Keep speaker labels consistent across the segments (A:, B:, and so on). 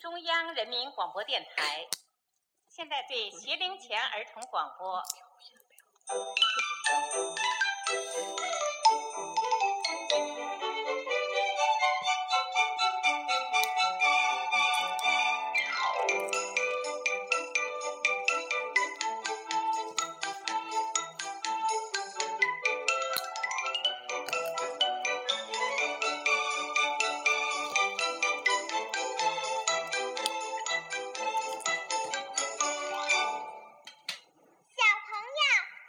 A: 中央人民广播电台。现在对学龄前儿童广播。
B: 小朋友，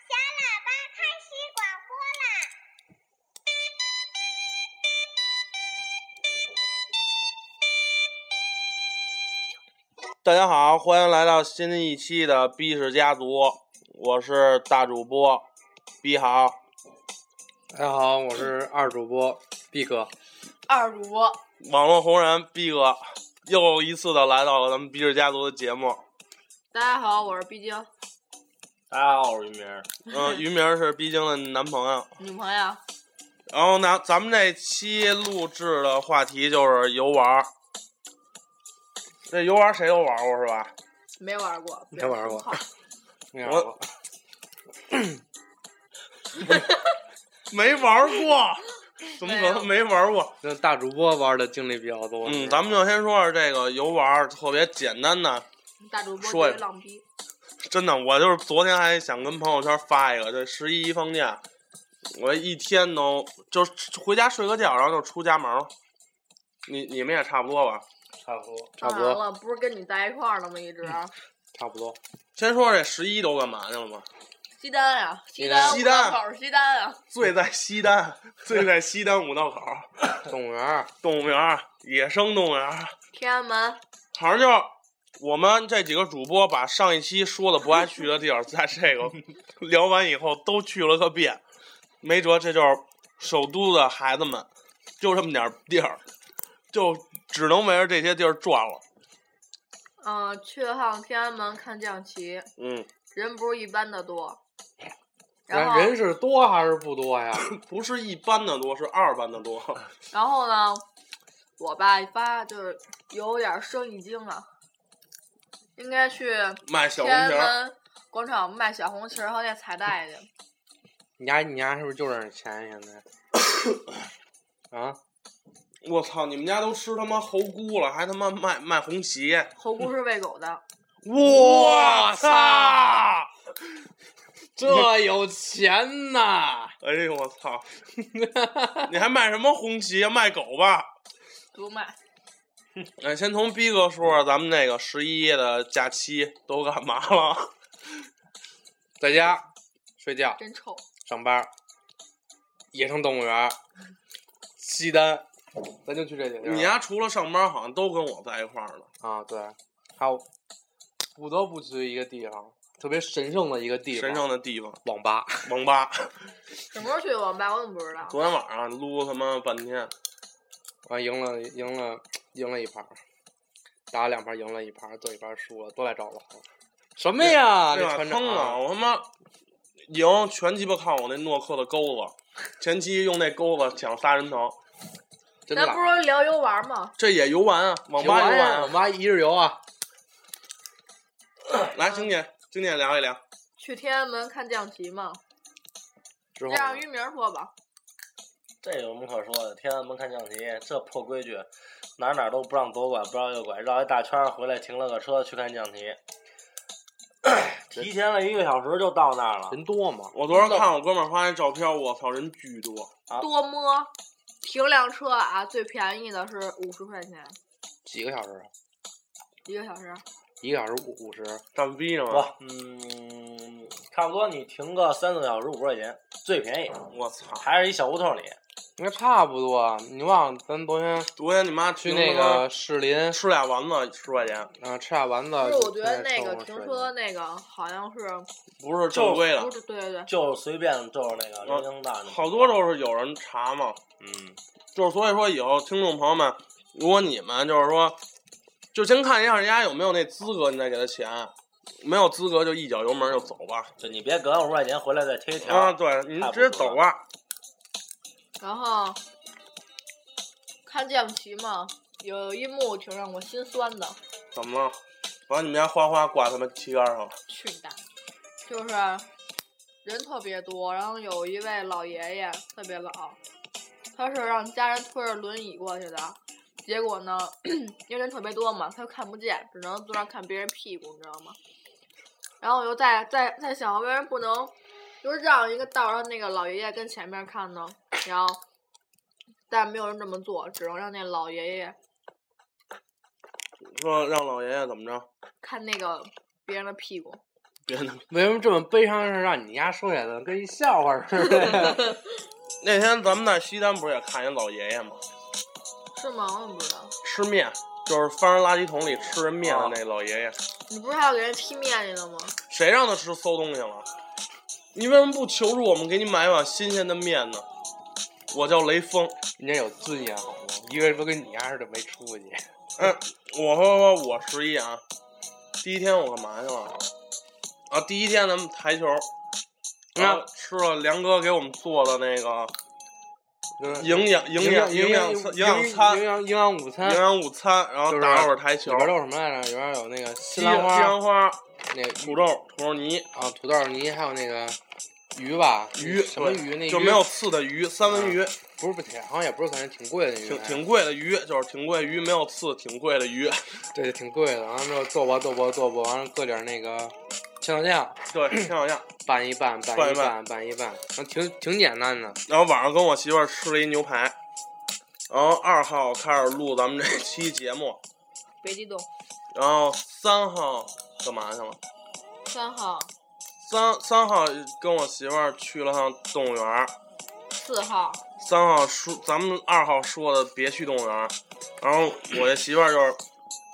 B: 小喇叭开始广播啦！
C: 大家好，欢迎来到新的一期的 B 氏家族，我是大主播 B 好。
D: 大家好，我是二主播毕哥。
E: 二主播，
C: 网络红人 B 哥又一次的来到了咱们 B 氏家族的节 目。
E: 大家好，我是毕竟
F: 大家好，我是于明。
C: 嗯，于明是毕竟的男朋友。
E: 女朋友。
C: 然后呢，咱们这期录制的话题就是游玩儿。这游玩儿谁都玩过是吧？
E: 没玩过，
D: 没玩过
E: 好
D: 你
C: 我没玩过， 怎么可能没玩 过？
D: 那大主播玩的经历比较多。
C: 嗯，咱们就先说说这个游玩儿特别简单的
E: 大主播
C: 说
E: 特
C: 呀
E: 别浪逼，
C: 真的，我就是昨天还想跟朋友圈发一个，这十一一放假，我一天都就回家睡个觉，然后就出家门儿。你你们也差不多吧？
F: 差不多，
D: 差不
E: 完
D: 多，嗯
E: 了，不是跟你在一块儿了吗？一直
D: 差不多。
C: 先说说这十一都干嘛去了吗？
E: 西单啊，
D: 西
E: 西
D: 单
E: 单，
C: 西单
E: 五道口西单啊，
C: 醉在西单， 醉在西单五道口儿
D: 动物园儿
C: 动物园儿、野生动物园儿，
E: 天安门，
C: 好像就是我们这几个主播把上一期说的不爱去的地儿，在这个聊完以后都去了个遍。没辙，这就是首都的孩子们，就这么点儿地儿，就只能围着这些地儿转了。
E: 嗯、去了趟天安门看降旗，
C: 嗯，
E: 人不是一般的多。然
D: 人
E: 后，
D: 人是多还是不多呀？
C: 不是一般的多，是二班的多。
E: 然后呢，我吧发就是有点生意经了，应该去
C: 卖小
E: 天
C: 红
E: 安
C: 旗儿，
E: 门广场卖小红旗儿和那彩带去。
D: 你家你家是不是就挣钱现在？ 啊，
C: 我操！你们家都吃他妈猴菇了，还他妈卖卖红旗？
E: 猴姑是喂狗的，
C: 我操！
D: 这有钱呐！
C: 哎呦我操！你还卖什么红旗啊？卖狗吧？
E: 不卖。
C: 哎，先从逼哥说说咱们那个十一的假期都干嘛了？
D: 在家睡觉、
E: 真臭。
D: 上班儿、野生动物园儿、西单，咱就去这几个地 儿。
C: 你丫除了上班，好像都跟我在一块儿了。
D: 啊，对，还有不得不去一个地方，特别神圣的一个地方，
C: 神圣的地方，
D: 网吧。
C: 网吧。
E: 什么时候去的网吧？我怎么不知道？
C: 昨天晚上撸他妈半天，
D: 完啊赢了，赢了，赢了一盘儿，打了两盘儿，赢了一盘儿，最后一盘儿输了，都来找我。什么呀？
C: 对
D: 那
C: 吧？
D: 船长
C: 坑啊！
D: 啊，
C: 我他妈赢全鸡巴靠我那诺克的钩子，前期用那钩子抢仨人头，
D: 真的啊
E: 咱不是说聊游玩吗？
C: 这也游玩啊，网吧游
D: 玩
C: 玩
D: 网
C: 啊。
D: 吧一日游啊，
C: 来，经姐，经姐聊一聊。
E: 去天安门看降旗嘛。
D: 之后
E: 让于明儿说吧。
F: 这有什么可说的？天安门看降旗，这破规矩，哪哪都不让左拐，不让右拐，绕一大圈儿回来停了个车去看降旗， 提前了一个小时就到那儿了。
D: 人多嘛，
C: 我昨儿看我哥们儿发那照片，我操，人巨多。
F: 啊
E: 多摸，停辆车啊，最便宜的是五十块钱
D: 几个小时啊？
E: 一个小时。
D: 一个小时五五十，
C: 蛋逼呢
F: 不
C: 吗？，
F: 嗯，差不多你停个三四个小时五十块钱，最便宜，
C: 我操！
F: 还是一小胡同里。
D: 应该差不多啊。你忘了咱昨天
C: 昨天你妈
D: 去
C: 去
D: 那个士林
C: 吃俩丸子十块钱，
D: 啊，吃俩丸子？
E: 不是，我觉得
D: 在
E: 那
D: 车
E: 个
D: 上
E: 停
D: 睡
E: 车
D: 的
E: 那个好像是
C: 不是正规
E: 不
C: 的，
E: 是对对对，
F: 就随便就是那个人行道那种，
C: 哦好多都是有人查嘛。
F: 嗯，
C: 就是所以说，以后听众朋友们，如果你们就是说，就先看一下人家有没有那资格，你再给他钱。没有资格就一脚油门就走吧。
F: 就你别隔五十块钱回来再贴一条。
C: 啊，对你直接走吧。
E: 然后看降旗嘛，有一幕挺让我心酸的，
C: 怎么了？把你们家花花挂他们旗杆上了？
E: 去你大爷！就是人特别多，然后有一位老爷爷特别老，他是让家人推着轮椅过去的，结果呢， 因为人特别多嘛，他又看不见，只能坐那儿看别人屁股，你知道吗？然后我就在在在想，为什么不能就是让一个道儿让那个老爷爷跟前面看呢？然后，但没有人这么做，只能让那老爷爷
C: 说让老爷爷怎么着？
E: 看那个别人的屁股。
C: 别那么
D: 为什么这么悲伤的事让你丫说起来呢？跟一笑话似的？
C: 那天咱们在西单不是也看一老爷爷吗？
E: 是吗？我怎么不知道？
C: 吃面，就是放人垃圾桶里吃人面的
D: 哦
C: 那老爷爷，
E: 你不是还要给人踢面去了吗？
C: 谁让他吃馊东西了？你为什么不求助我们给你买一碗新鲜的面呢？我叫雷锋，
D: 人家有尊严好吗？一个都跟你丫似的没出息。
C: 嗯我说说我十一啊，第一天我干嘛去了？啊，第一天咱们台球，
D: 嗯
C: 然后吃了梁哥给我们做的那个营养营养
D: 营
C: 养
D: 营
C: 餐养餐
D: 养嗯营养营养午餐
C: 营养午餐，然后
D: 就是
C: 打会儿台球
D: 里，边有什么来着？里边有那个
C: 西
D: 西兰
C: 西
D: 花，
C: 兰花、
D: 那个
C: 土豆、土豆泥、
D: 啊土豆泥，还有那个鱼吧？
C: 鱼，
D: 什么
C: 对
D: 鱼？那
C: 就
D: 鱼
C: 没有刺的鱼，三文鱼，
D: 不是不甜，好像也不是很挺贵的那鱼，
C: 挺挺贵的鱼，就是挺贵鱼，没有刺，挺贵的 鱼。
D: 对，挺贵的。完了之后剁吧剁吧剁吧，完了搁点那个青椒酱，
C: 对，挺好样。
D: 拌一拌
C: 拌
D: 拌
C: 一
D: 一
C: 拌
D: 拌拌一拌，然后挺挺简单的。
C: 然后晚上跟我媳妇儿吃了一牛排，然后二号开始录咱们这 期节目，
E: 别激动，
C: 然后三号干嘛去了？
E: 三号、
C: 三三号跟我媳妇儿去了趟动物园儿，
E: 四号，
C: 三号说咱们二号说的别去动物园儿，然后我这媳妇儿就是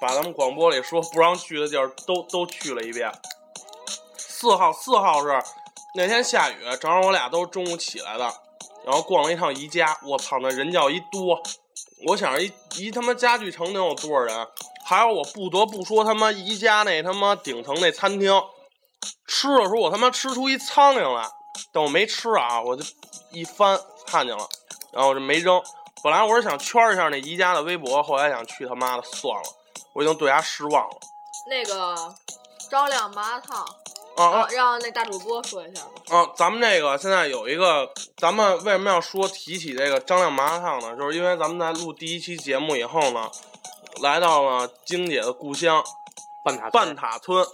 C: 把咱们广播里说不让去的地儿都都去了一遍。四号四号是那天下雨，正好我俩都中午起来的，然后逛了一趟宜家，我操那人叫一多，我想着一一他妈家具城能有多少人？还有我不得不说他妈宜家那他妈顶层那餐厅，吃的时候我他妈吃出一苍蝇来，但我没吃啊，我就一翻看见了，然后我就没扔。本来我是想圈一下那宜家的微博，后来想去他妈的算了，我已经对他失望了。
E: 那个张亮麻辣烫，
C: 啊啊
E: 啊，让那大主播说一下吧。
C: 啊！咱们这个现在有一个，咱们为什么要说提起这个张亮麻辣烫呢？就是因为咱们在录第一期节目以后呢，来到了晶姐的故乡
D: 半塔
C: 半塔村，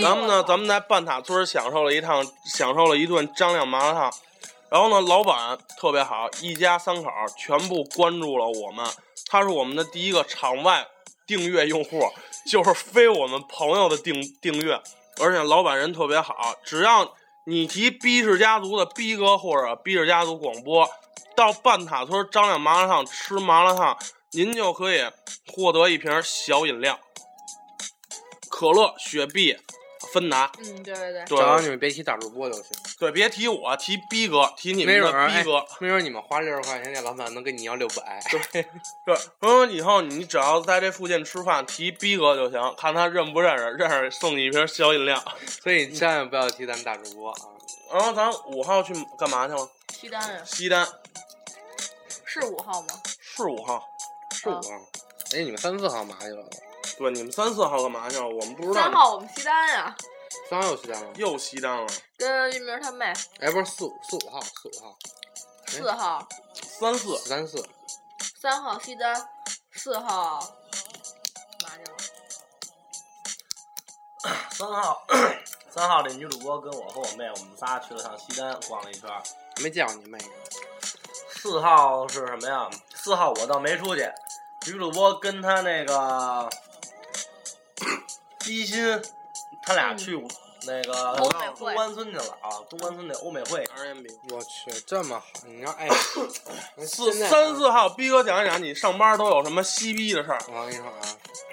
C: 咱们呢，咱们在半塔村享受了一趟，享受了一顿张亮麻辣烫。然后呢，老板特别好，一家三口儿全部关注了我们，他是我们的第一个场外订阅用户，就是非我们朋友的订订阅。而且老板人特别好，只要你提 B 氏家族的 B 哥或者 B 氏家族广播，到半塔村张亮麻辣烫吃麻辣烫，您就可以获得一瓶小饮料，可乐、雪碧、芬达。
E: 嗯，对对对，
D: 只要
C: 对
D: 你们别提大主播就行。
C: 对，别提我，提逼哥，提你
D: 没
C: 们
D: 准
C: 的
D: 儿
C: 逼
D: 哎
C: 哥。
D: 没准儿你们花六十块钱，那老板能跟你要六百。
C: 对，嗯，以后你只要在这附近吃饭，提逼哥就行，看他认不认识，认识送你一瓶小饮料。
D: 所以千万不要提咱们大主播啊！
C: 然后咱五号去干嘛去了？
E: 西单人
C: 西单
E: 是五号吗？啊
C: 是五号，
D: 是我，哎，你们三四号嘛去了？对，
C: 对，你们三四号干嘛去了？我们不知道。
E: 三号我们西单呀，
D: 三号又去单了？
C: 又西单了，
E: 跟玉明他妹
D: 哎，不是四五四五号，四五号，
E: 四号、
C: 三四
D: 三四
E: 三号西单，四号麻去了？
F: 三号， 三号这女主播跟我和我妹，我们仨去了趟西单逛了一圈儿。
D: 没见过你妹呢。
F: 四号是什么呀？四号我倒没出去，女主播跟她那个 一心，他俩去那个
C: 呃
E: 欧美会
F: 东关村去了啊，东关村那欧美会。
C: 二人比
D: 我去，这么好，你要哎爱
C: 四
D: 四
C: 三四号，逼哥讲一讲你上班都有什么西逼的事儿。
D: 我跟你说啊，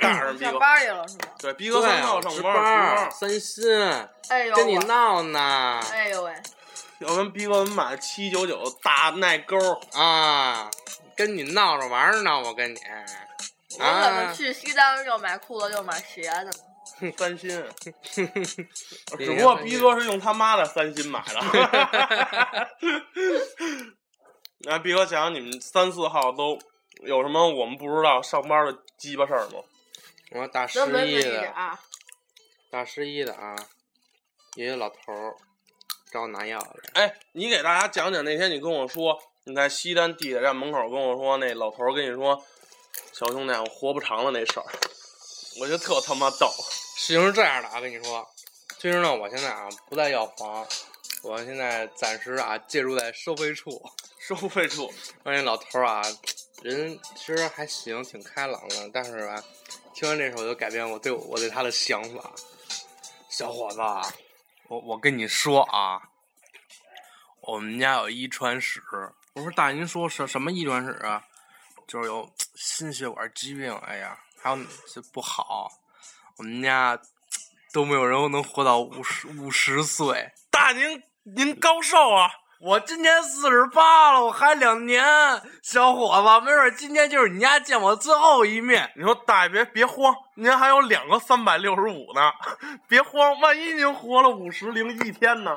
C: 大人逼
E: 上
C: 哥，
E: 班去了是吗？
C: 对，逼哥
D: 对
C: 三号
D: 啊，
C: 上
D: 值
C: 班值
D: 班
C: 班
D: 儿，三心
E: 哎呦
D: 跟你
E: 我，
D: 闹呢
E: 哎呦喂，
C: 要跟逼哥我们买七九九大耐钩 儿。
D: 啊，跟你闹着玩儿呢，我跟你
E: 我怎么
D: 啊，
E: 去西单又买裤子又买鞋的呢？
C: 三星，只
D: 别
C: 不过
D: 三
C: 逼
D: 星
C: 哥是用他妈的三星买 的。来，逼哥讲讲你们三四号都有什么我们不知道上班的鸡巴事儿吗？
D: 然后大
E: 那文
D: 失
E: 明
D: 忆
E: 一点
D: 的，
E: 啊，
D: 大失忆的啊，一个老头儿找我拿药来，
C: 哎，你给大家讲讲那天你跟我说你在西单地铁站门口跟我说那老头儿跟你说，小兄弟我活不长了那事儿，我就特他妈逗。
D: 事情是这样的啊，跟你说，就是呢，我现在啊不在药房，我现在暂时啊借住在收费处。
C: 收费处，
D: 关键老头儿啊，人其实还行，挺开朗的，但是吧，听完这首就改变我对我我对他的想法。小伙子啊，我我跟你说啊，我们家有一传十。我说大爷，您说什什么一传十啊？就是有心血管疾病，哎呀，还有这不好。我们家都没有人能活到五十五十岁。
C: 大宁您高寿啊？
D: 我今年四十八了，我还两年，小伙子，没准今天就是你家见我最后一面。
C: 你说大爷别别慌，您还有两个三百六十五呢， 别慌，万一您活了五十零一天呢，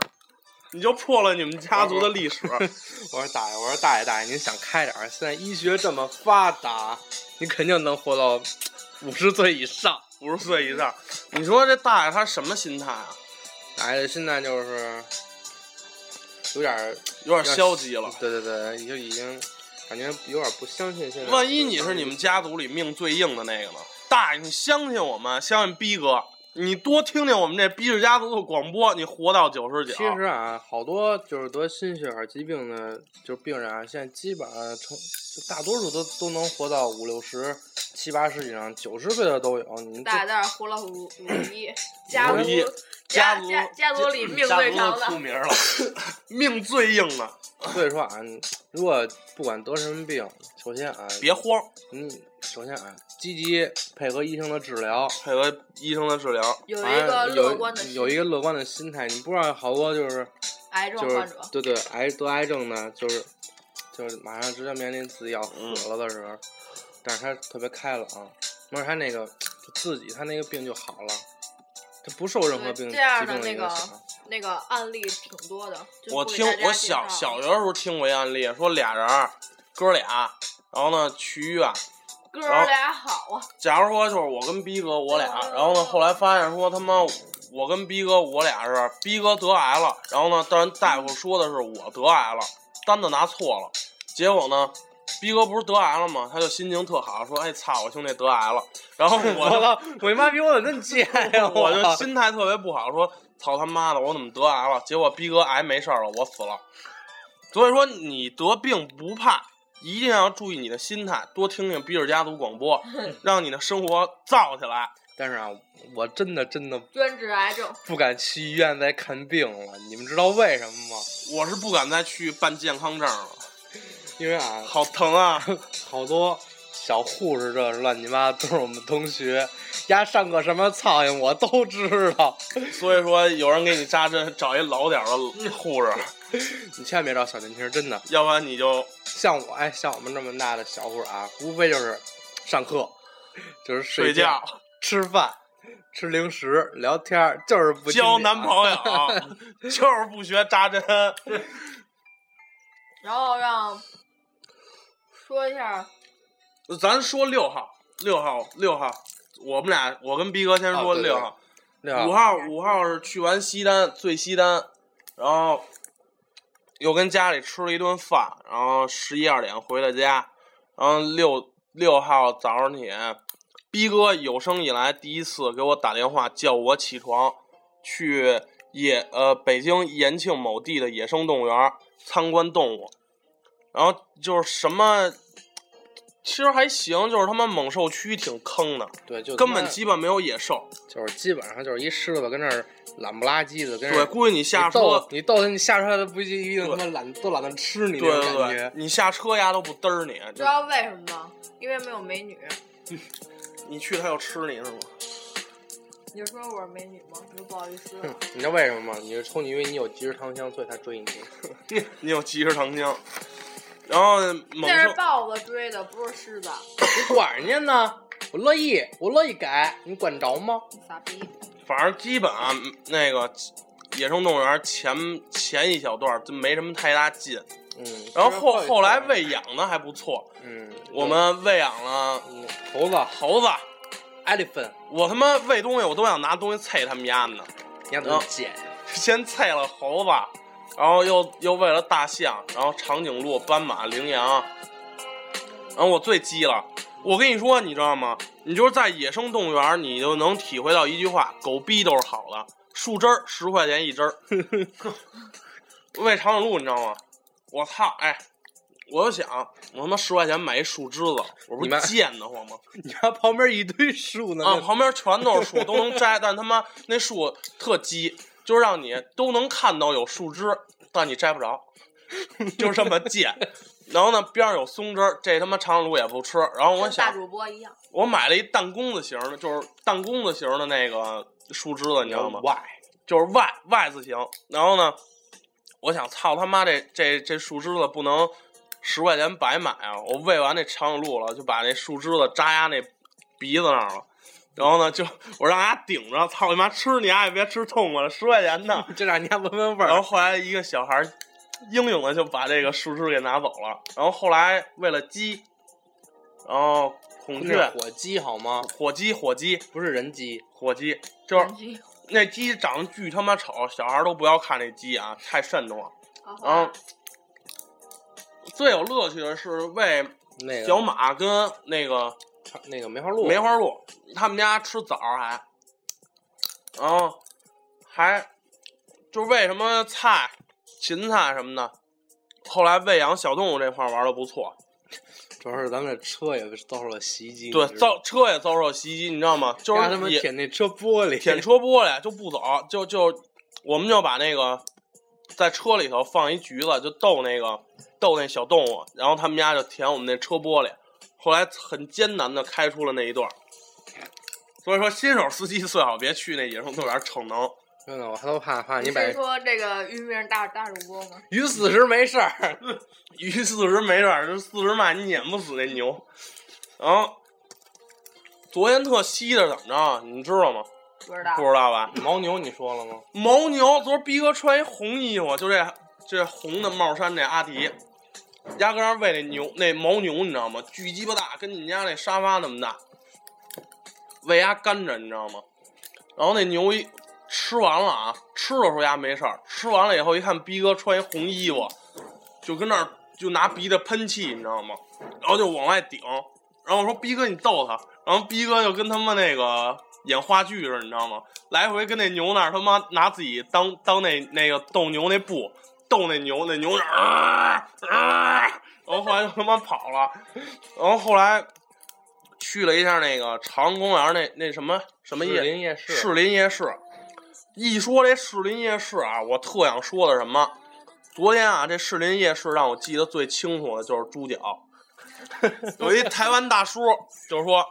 C: 你就破了你们家族的历史。
D: 我说大爷，我说大爷，大爷，您想开点儿，现在医学这么发达，你肯定能活到 五十岁以上。
C: 五十岁以上，你说这大爷他什么心态啊？
D: 大爷现在就是有点儿
C: 有点消极了。
D: 对对对，就已经感觉有点不相信现在。
C: 万一你是你们家族里命最硬的那个呢？大爷，你相信我们，相信逼哥，你多听听我们这逼氏家族的广播，你活到九十九。
D: 其实啊，好多就是得心血管疾病的，就是病人啊，现在基本上成就大多数都都能活到五六十、七八十以上，九十岁的都有。你
E: 大
D: 这
E: 袋活了五五一，家
C: 五
E: 族
C: 一
E: 家
C: 族
E: 家家族里命
C: 家
E: 最
C: 族
E: 长
C: 都
E: 的
C: 出名 了，命最硬的，
D: 所以说啊，你如果不管得什么病，首先啊，
C: 别慌，
D: 你首先啊，积极配合医生的治疗。
C: 配合医生的治疗。
E: 有
D: 完
E: 一个
C: 哎
E: 乐观的
D: 有有一个乐观的心态，你不知道好多就是
E: 癌症
D: 就
E: 患
D: 是
E: 者，
D: 对对癌得癌症呢，就是就是马上即将面临自己要死了的时候，但是他特别开朗，没准他那个就自己他那个病就好了，他不受任何病
E: 对
D: 疾
E: 这样的
D: 病的
E: 那
D: 影
E: 个
D: 响。
E: 那个案例挺多的。就是
C: 我
E: 不给
C: 听
E: 大
C: 我
E: 家介
C: 小
E: 绍
C: 小学的时候听过一案例，说俩人儿哥俩，然后呢去医院。
E: 哥儿俩好啊，
C: 假如说就是我跟逼哥我俩，
E: 嗯
C: 然后呢后来发现说他妈我跟逼哥我俩是逼哥得癌了，然后呢但是大夫说的是我得癌了，单子拿错了，结果呢。逼哥不是得癌了吗？他就心情特好，说：“哎操，我兄弟得癌了。”然后我
D: 我
C: 就
D: 操！我妈逼我怎么那么贱 呀！
C: 我就心态特别不好，说操他妈的，我怎么得癌了？结果逼哥癌没事儿了，我死了。所以说你得病不怕，一定要注意你的心态，多听听比尔家族广播，让你的生活燥起来。
D: 但是啊，我真的真的
E: 专治癌症。
D: 不敢去医院再看病了，你们知道为什么吗？
C: 我是不敢再去办健康证了，
D: 因为啊，
C: 好疼啊！
D: 好多小护士这乱七八糟都是我们同学，丫上过什么苍蝇我都知道。
C: 所以说有人给你扎针，找一老点儿的护士，
D: 你千万别找小年轻儿，真的，
C: 要不然你就
D: 像我哎，像我们这么大的小护士啊，无非就是上课，就是
C: 睡
D: 觉
C: 觉、、
D: 吃饭、吃零食、聊天儿，就是不听
C: 交
D: 讲
C: 男朋友，就是不学扎针。
E: 然后让说一下，
C: 咱说六号，六号，六号，我们俩，我跟逼哥先说
D: 哦对对
C: 六号，
D: 对吧
C: 五、号，五号是去完西单，最西单，然后又跟家里吃了一顿饭，然后十一二点回了家，然后六六号早上起，逼哥有生以来第一次给我打电话叫我起床，去野呃北京延庆某地的野生动物园参观动物，然后就是什么。其实还行，就是他妈猛兽区挺坑的，
D: 对，就
C: 根本
D: 基
C: 基本没有野兽。
D: 就是基本上就是一狮子跟那儿懒不拉几的哎跟那
C: 对，
D: 儿。
C: 估计你下
D: 你逗
C: 车，
D: 你逗他，你下车他不一定
C: 对
D: 他妈懒，都懒得吃你
C: 对
D: 那
C: 对
D: 种感
C: 对
D: 觉，。
C: 你下车丫都不嘚儿你，
E: 知道为什么吗？因为没有美女。
C: 你去他就吃你 是吗？
E: 你说我是美女吗？你说不好意思、啊。
D: 你知道为什么吗？你是冲你，因为你有即食糖浆，所以才追你。
C: 你有即食糖浆，然后猛
E: 那是
C: 兽
E: 豹子追的，不是狮子。
D: 你管人家呢？我乐意，我乐意改，你管着吗？
E: 傻逼！
C: 反正基本啊，那个野生动物园前前一小段儿就没什么太大劲，
D: 嗯，
C: 然后后后来喂养的还不错，
D: 嗯，
C: 我们喂养了
D: 嗯猴子
C: 猴子，
D: elephant，
C: 我他妈喂东西我都想拿东西啐他们家呢，
D: 你看多贱呀！
C: 先啐了猴子，然后又又喂了大象，然后长颈鹿、斑马、羚羊，然后我最鸡了。我跟你说，你知道吗？你就是在野生动物园，你就能体会到一句话：狗逼都是好的。树枝儿十块钱一枝 儿，喂长颈鹿，你知道吗？我操！哎，我就想，我他妈十块钱买一树枝子，我不
D: 你妈
C: 是贱得慌吗？
D: 你看旁边一堆树呢，
C: 啊，旁边全都是树，都能摘， 但他妈那树特鸡，就是让你都能看到有树枝，但你摘不着，就是这么贱。然后呢，边上有松枝儿，这他妈长颈鹿也不吃。然后我
E: 跟大
C: 想，
E: 主播一样，
C: 我买了一弹弓子型的，就是弹弓子型的那个树枝 子，你知道吗？
D: ？Why？
C: 就是 Y Y 字形。然后呢，我想操他妈这这这树枝子不能十块钱白买啊！我喂完那长颈鹿了，就把那树枝子扎压那鼻子那儿了。然后呢，就我让他顶着，操你妈吃你丫也别吃痛快了，十块钱 呢。
D: 就让人家闻闻味
C: 然后
D: 儿。
C: 后来一个小孩儿英勇的就把这个树枝给拿走了。然后后来为了鸡，然后孔
D: 那
C: 雀
D: 是、火鸡好吗？
C: 火鸡、火鸡、
D: 不是人鸡，
C: 火鸡，就是
E: 人机
C: 那鸡长得巨他妈丑，小孩儿都不要看那鸡啊，太瘆得慌。
E: 好啊
C: 然
E: 好
C: 后最有乐趣的是喂
D: 那个
C: 小马跟那个
D: 那个梅花鹿，
C: 梅花鹿，他们家吃枣儿还，然后还就是喂什么菜、芹菜什么的。后来喂养小动物这块儿玩的不错，
D: 主要是咱们的车也遭受了袭击，
C: 对
D: 你，知道
C: 遭车也遭受袭击，你知道吗？就
D: 让他
C: 是
D: 们
C: 也
D: 舔那车玻璃，
C: 舔车玻璃就不走，就就我们就把那个在车里头放一橘子，就逗那个逗那小动物，然后他们家就舔我们那车玻璃，后来很艰难的开出了那一段儿。所以说，新手司机最好别去那野生动物园逞能。
D: 真的，我都怕
C: 啊
D: 怕你
E: 你
D: 把
E: 是说这个于明大大主播吗？
D: 鱼死时没事儿，
C: 鱼四十没事儿，就四十迈你撵不死那牛。然后昨天特稀的怎么着啊？你知道吗？
E: 不知道
C: 不。知道吧？
D: 牦牛你说了吗？
C: 牦牛，昨儿逼哥穿一红衣服，就这这红的帽衫，这阿迪，压根儿喂那牛那牦牛，你知道吗？巨鸡巴大，跟你们家那沙发那么大，喂鸭干着，你知道吗？然后那牛一吃完了啊，吃的时候鸭没事儿，吃完了以后一看逼哥穿一红衣服，就跟那儿就拿鼻子喷气，你知道吗？然后就往外顶，然后我说逼哥你逗他，然后逼哥就跟他们那个演话剧似的，你知道吗？来回跟那牛那儿他妈拿自己当当那那个斗牛那布斗那牛，那牛那儿啊啊，然后后来就他妈跑了，然后后来去了一下那个长安公园那那什么什么
D: 士
C: 夜
D: 林夜市，
C: 士林夜市。一说这士林夜市啊，我特想说的什么？昨天啊，这士林夜市让我记得最清楚的就是猪脚。有一台湾大叔就说：“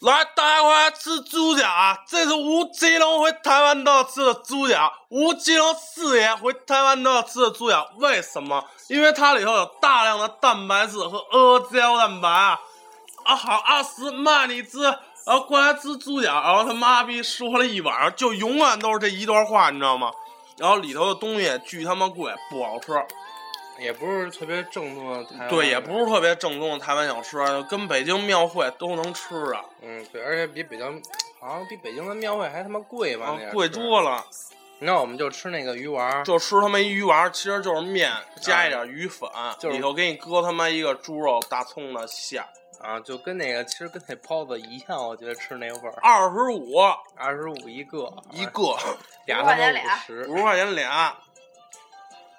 C: 来，大家回来吃猪脚啊！这是吴奇隆回台湾都要吃的猪脚，吴奇隆四爷回台湾都要吃的猪脚。为什么？因为它里头有大量的蛋白质和阿胶蛋白啊。”啊好，二十骂你吃，然后过来吃猪脚，然后他妈逼说了一晚上，就永远都是这一段话，你知道吗？然后里头的东西巨他妈贵，不好吃，
D: 也不是特别正宗的台湾，
C: 对，也不是特别正宗的台湾小吃，啊跟北京庙会都能吃啊，
D: 嗯，对，而且比北京好像比北京的庙会还他妈贵吧？
C: 啊
D: 那点儿
C: 贵
D: 吃
C: 多了。
D: 那我们就吃那个鱼丸儿，
C: 就吃他妈一鱼丸，其实就是面加一点鱼粉，
D: 哎就是
C: 里头给你搁他妈一个猪肉、大葱的馅儿，
D: 啊，就跟那个其实跟那包子一样，我觉得吃那味儿，
C: 二十五
D: 二十五一个，
C: 啊一个，
D: 俩
E: 五块
D: 他
E: 钱
D: 妈五
E: 俩
D: 十，
C: 五十块钱俩。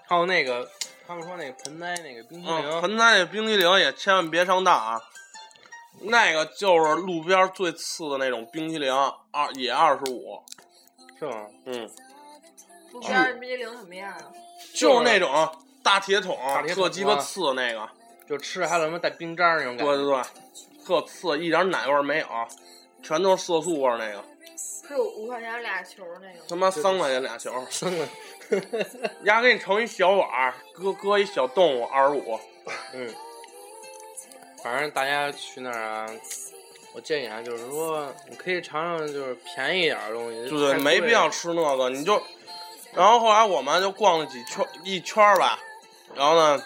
D: 还有那个他们说那个盆栽那个冰淇
C: 嗯，
D: 淋，
C: 盆栽那冰激凌也千万别上当啊！那个就是路边最次的那种冰激凌，二也二十五，
D: 是吗？
C: 嗯，
E: 路边儿冰激凌什么样啊？
C: 就是那种大铁桶，
D: 大铁桶
C: 特鸡巴
D: 啊
C: 次那个，
D: 就吃着还有什么带冰渣儿那种感
C: 对
D: 觉，
C: 对对，特次，一点奶味儿没有，全都是色素味儿那个，
E: 是五块钱俩球那个吗。
C: 他妈三块钱俩球，
D: 对对，
C: 丫给你盛一小碗儿，搁搁一小动物二十五，
D: 嗯， 反正大家去那儿啊，我建议啊，就是说你可以尝尝就是便宜一点儿的东西，
C: 对对，
D: 太
C: 没
D: 贵
C: 必要
D: 了
C: 吃那个，你就。然后后来我们就逛了几圈一圈儿吧，然后呢，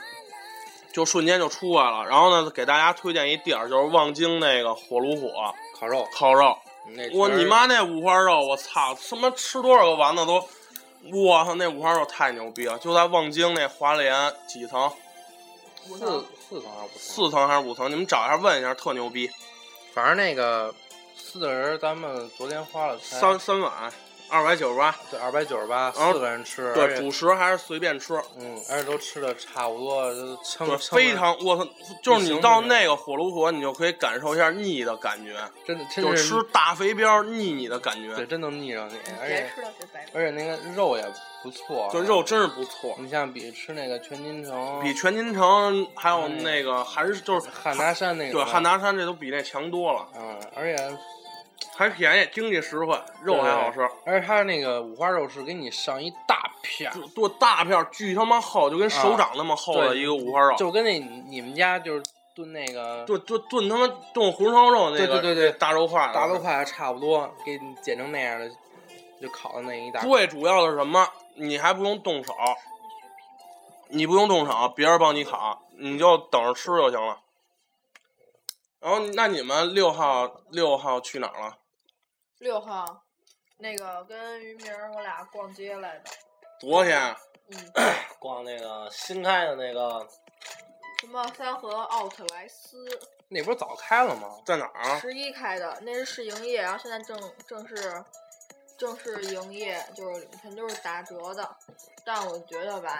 C: 就瞬间就出来了。然后呢，给大家推荐一地儿，就是望京那个火炉火
D: 烤肉，
C: 烤肉。
D: 那
C: 我
D: 确实
C: 你妈那五花肉，我操，他妈吃多少个丸子都，我操，那五花肉太牛逼了！就在望京那华联几层，
E: 五
D: 四
E: 层
D: 四层还是五层？
C: 四层啊还是五层？你们找一下问一下，特牛逼。
D: 反正那个四个人，咱们昨天花了才
C: 三三碗，二百九十八，
D: 对二百九十
C: 然
D: 八，
C: 后
D: 四个人吃，而
C: 对，
D: 且
C: 主食还是随便吃，
D: 嗯，而且都吃的差不多，就
C: 对，
D: 撑撑着
C: 非常我操，就是你到
D: 行
C: 那个火炉火，你就可以感受一下腻的感觉，
D: 真的真
C: 就是吃大肥膘腻你的感
D: 对
C: 觉，
D: 真能腻着你，而
E: 别
D: 且
E: 吃了，谁白
D: 而且那个肉也不错，啊
C: 就肉真是不错，
D: 你像比吃那个全金城，
C: 比全金城还有
D: 嗯
C: 那个还是就是
D: 汉拿山那个
C: 对
D: 吧
C: 汉，拿山这都比那强多了，
D: 嗯，而且
C: 还便宜，经济实惠，肉还好吃，
D: 而且它那个五花肉是给你上一大片儿，
C: 就多大片儿，巨他妈厚，就跟手掌那么厚的
D: 啊对
C: 一个五花肉，
D: 就跟那你们家就是炖那个
C: 就就炖他妈炖红烧肉那
D: 对
C: 个
D: 对对对
C: 大肉块儿，
D: 大肉块还差不多，给你剪成那样的，就烤的那一大。
C: 最主要的是什么？你还不用动手，你不用动手，别人帮你烤，你就等着吃就行了。然后，那你们六号六号去哪儿了？
E: 六号，那个跟于明儿我俩逛街来的，
C: 昨天
E: 嗯，
F: 逛那个新开的那个
E: 什么三河奥特莱斯
D: 那不是早开了吗？
C: 在哪儿啊？
E: 十一开的，那是试营业，然后现在正正式正式营业，就是全都是打折的。但我觉得吧，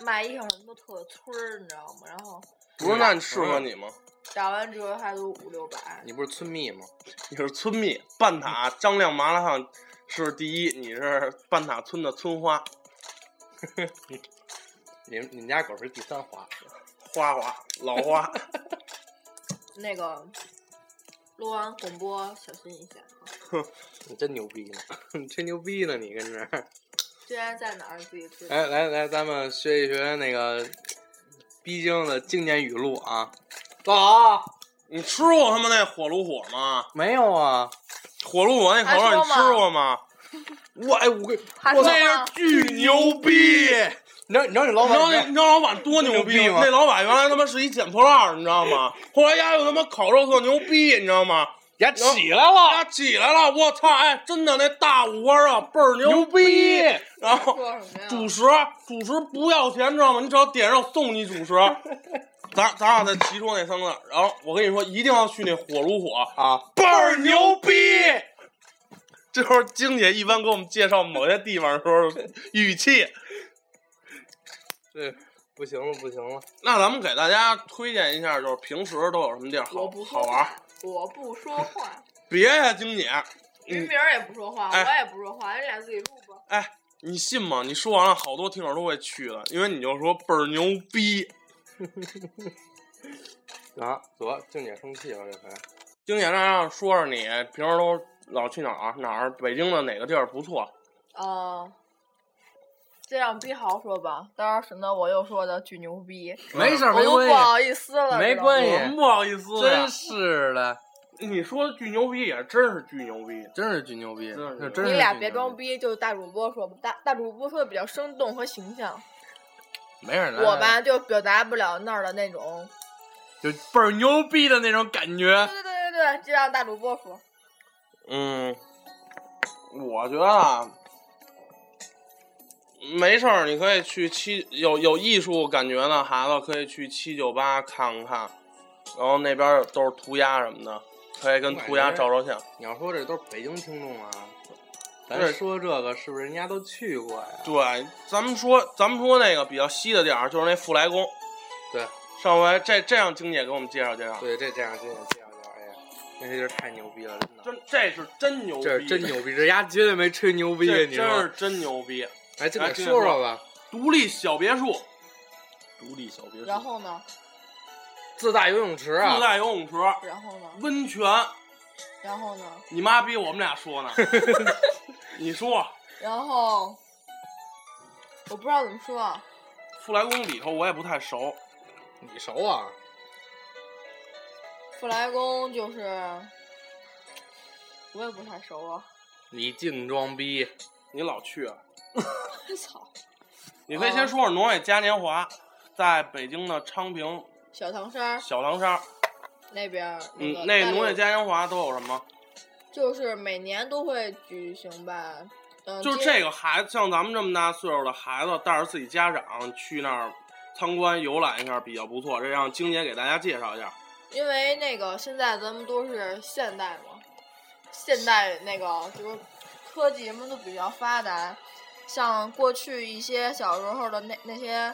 E: 卖衣裳什么都特村儿，你知道吗？然后
C: 不是，那你适合你吗？
E: 打完折还都五六百，
D: 你不是村蜜吗？
C: 你是村蜜，半塔张亮麻辣烫是第一，你是半塔村的村花
D: 你们你们家狗是第三花，
C: 花花老花。
E: 那个录完广播小心一些。啊！
D: 你真牛逼呢， 你吹牛逼呢，你跟这儿。
E: 虽然在哪儿自己知道。
D: 来来来，咱们学一学那个逼经的经典语录啊。啊，
C: 你吃过他妈那火炉火吗？
D: 没有啊，
C: 火炉火那烤肉你
E: 还
C: 吃
E: 说
C: 过吗？我哎，我跟
E: 还
C: 我
E: 说
C: 那
E: 吗
C: 是巨牛逼！
D: 你知道你知道你老
C: 你知
D: 板
C: 道那你知道老板多牛逼
D: 牛逼
C: 吗
D: 吗？
C: 那老板原来他妈是一捡破烂儿，你知道吗？ 后来丫又他妈烤肉特牛逼，你知道吗？
D: 牙
C: 起
D: 起来了，
C: 丫起来了，我操！哎，真的那大五花肉倍儿牛逼。然后
E: 说什么呀？
C: 主食主食不要钱，知道吗？你只要点肉送你主食。咱咱俩再提出那三个字，然后我跟你说，一定要去那火炉火，
D: 啊！
C: 倍儿牛逼。这时候，晶姐一般给我们介绍某些地方的时候，语气。
D: 对，不行了不行了，
C: 那咱们给大家推荐一下，就是平时都有什么地儿好
E: 我不
C: 好
E: 说
C: 玩儿
E: 话？，我不说话，
C: 别呀、晶姐，
D: 嗯
E: 于明儿也不说话，
C: 哎
E: 我也不说话，你俩自己录吧。
C: 哎，你信吗？你说完了，好多听友都会去的，因为你就说倍儿牛逼。
D: 啊，得静姐生气了这回。
C: 晶姐，那让说说你平时都老去哪儿啊？哪儿？北京的哪个地儿不错？
E: 嗯，这让逼豪说吧，当时呢我又说的巨牛逼，
D: 没事
E: 我
D: 儿没
E: 都
D: 关
E: 不
D: 系，
E: 好意思了，
D: 没
E: 知道吗
D: 关系
C: 我们不好意思呀
D: 真是的，
C: 你说的巨牛逼也真是巨牛逼。
D: 真是巨牛逼，
C: 真是
D: 这
C: 巨
D: 真是
E: 你俩别
D: 巨牛
E: 装逼，就大主播说吧，大大主播说的比较生动和形象，
D: 没人来，
E: 我吧就表达不了那儿的那种。
D: 就倍儿牛逼的那种感觉
E: 对。对对对对，就让大主播说。
C: 嗯，我觉得啊，没事儿，你可以去七有有艺术感觉的孩子可以去七九八看看，然后那边儿都是涂鸦什么的，可以跟涂鸦照照相。
D: 你要说这都是北京听众啊，
C: 对
D: 咱说这个是不是人家都去过呀？
C: 对，咱们说咱们说那个比较西的地儿，就是那富来宫。
D: 对，
C: 上回这这让晶姐给我们介绍介绍，
D: 对，这这样这样这样这样，哎呀，那些人太牛逼了，真的，
C: 真这是真牛逼，
D: 这是真牛逼，这丫绝对没吹牛逼，啊
C: 这
D: 你知道
C: 真是
D: 吗？
C: 真牛逼。
D: 哎，这
C: 哎
D: 个
C: 这
D: 说
C: 个
D: 说吧，
C: 独立小别墅，独立小别墅，
E: 然后呢？
D: 自带游泳池
C: 自
D: 啊，
C: 带游泳池、
E: 然后呢？
C: 温泉。
E: 然后呢？
C: 你妈逼我们俩说呢， 你说
E: 然后我不知道怎么说啊。
C: 富来宫里头我也不太熟，
D: 你熟啊？
E: 富来宫就是，我也不太熟啊。
D: 你净装逼，
C: 你老去啊，
E: 操！啊
C: 你可以先说说农业嘉年华，在北京的昌平
E: 小唐山儿
C: 小狼山，
E: 那边儿，
C: 嗯，
E: 那
C: 那
E: 个
C: 农
E: 大
C: 业
E: 理
C: 嘉年华都有什么？
E: 就是每年都会举行吧。嗯，
C: 就是
E: 接
C: 这个孩子，像咱们这么大岁数的孩子，带着自己家长去那儿参观游览一下比较不错。这让晶姐给大家介绍一下。
E: 因为那个现在咱们都是现代嘛，现代那个就是科技什么都比较发达，像过去一些小时候的那那些，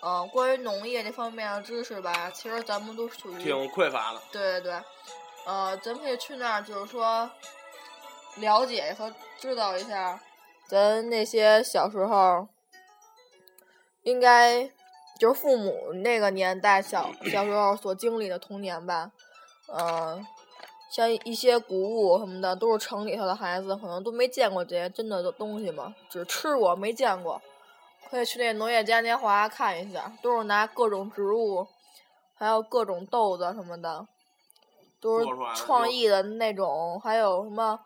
E: 嗯、关于农业这方面的知识吧，其实咱们都属于
C: 挺匮乏的，
E: 对对对，呃，咱们可以去那儿，就是说了解和知道一下咱那些小时候应该就是父母那个年代小小时候所经历的童年吧，呃。像一些谷物什么的，都是城里头的孩子可能都没见过这些真的东西嘛，只吃过没见过。可以去那农业嘉年华看一下，都是拿各种植物，还有各种豆子什么的，都是
C: 做出来的
E: 创意的那种，还有什么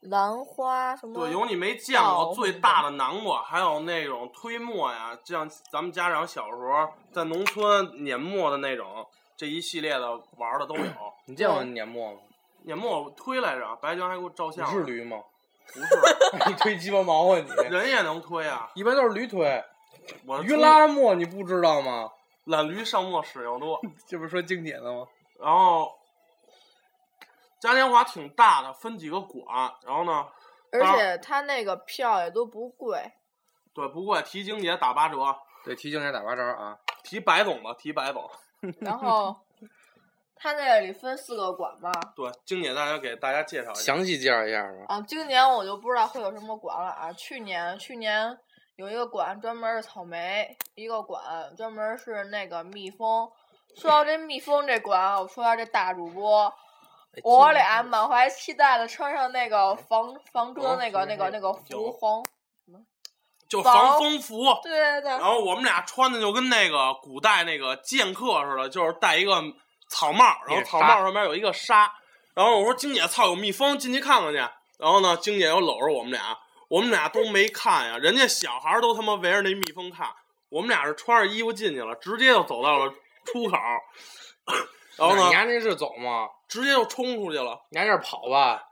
E: 兰花什么。
C: 对，有你没见
E: 稻
C: 过最大的南瓜，还有那种推磨呀，像咱们家长小时候在农村碾磨的那种，这一系列的玩儿的都有。
D: 你见过年末吗？
C: 碾磨我推来着，白江还给我照
D: 你
C: 相
D: 是
C: 了，
D: 驴吗？
C: 不是，
D: 你推鸡巴毛啊你！
C: 人也能推啊。
D: 一般都是驴推，
C: 我
D: 驴拉磨你不知道吗？
C: 懒驴上磨使用多，
D: 这不是说经典的吗？
C: 然后嘉年华挺大的，分几个馆，然后呢，
E: 而且它那个票也都不贵，
C: 对，不过提晶姐打八折，
D: 对，提醒一下打八招啊！
C: 提白总的，提白总。
E: 然后它那里分四个馆嘛。
C: 对，晶姐大家给大家介绍一下，
D: 详细介绍一下吧。
E: 啊，今年我就不知道会有什么馆了啊。去年去年有一个馆专门是草莓，一个馆专门是那个蜜蜂。说到这蜜蜂这馆啊，我说到这大主播，
F: 哎
E: 我俩满怀期待的穿上那个防防蛰那个那个那个服黄，
C: 就
E: 防
C: 防风服。
E: 对对对
C: 然，后我们俩穿的就跟那个古代那个剑客似的，就是戴一个草帽，然后草帽上面有一个纱。然后我说：“晶姐，操，有蜜蜂，进去看看去。”然后呢，晶姐又搂着我们俩，我们俩都没看呀，人家小孩都他妈围着那蜜蜂看，我们俩是穿着衣服进去了，直接就走到了出口， 然后
D: 你
C: 呢，
D: 家那是走吗？
C: 直接就冲出去了，
D: 你家这是跑吧？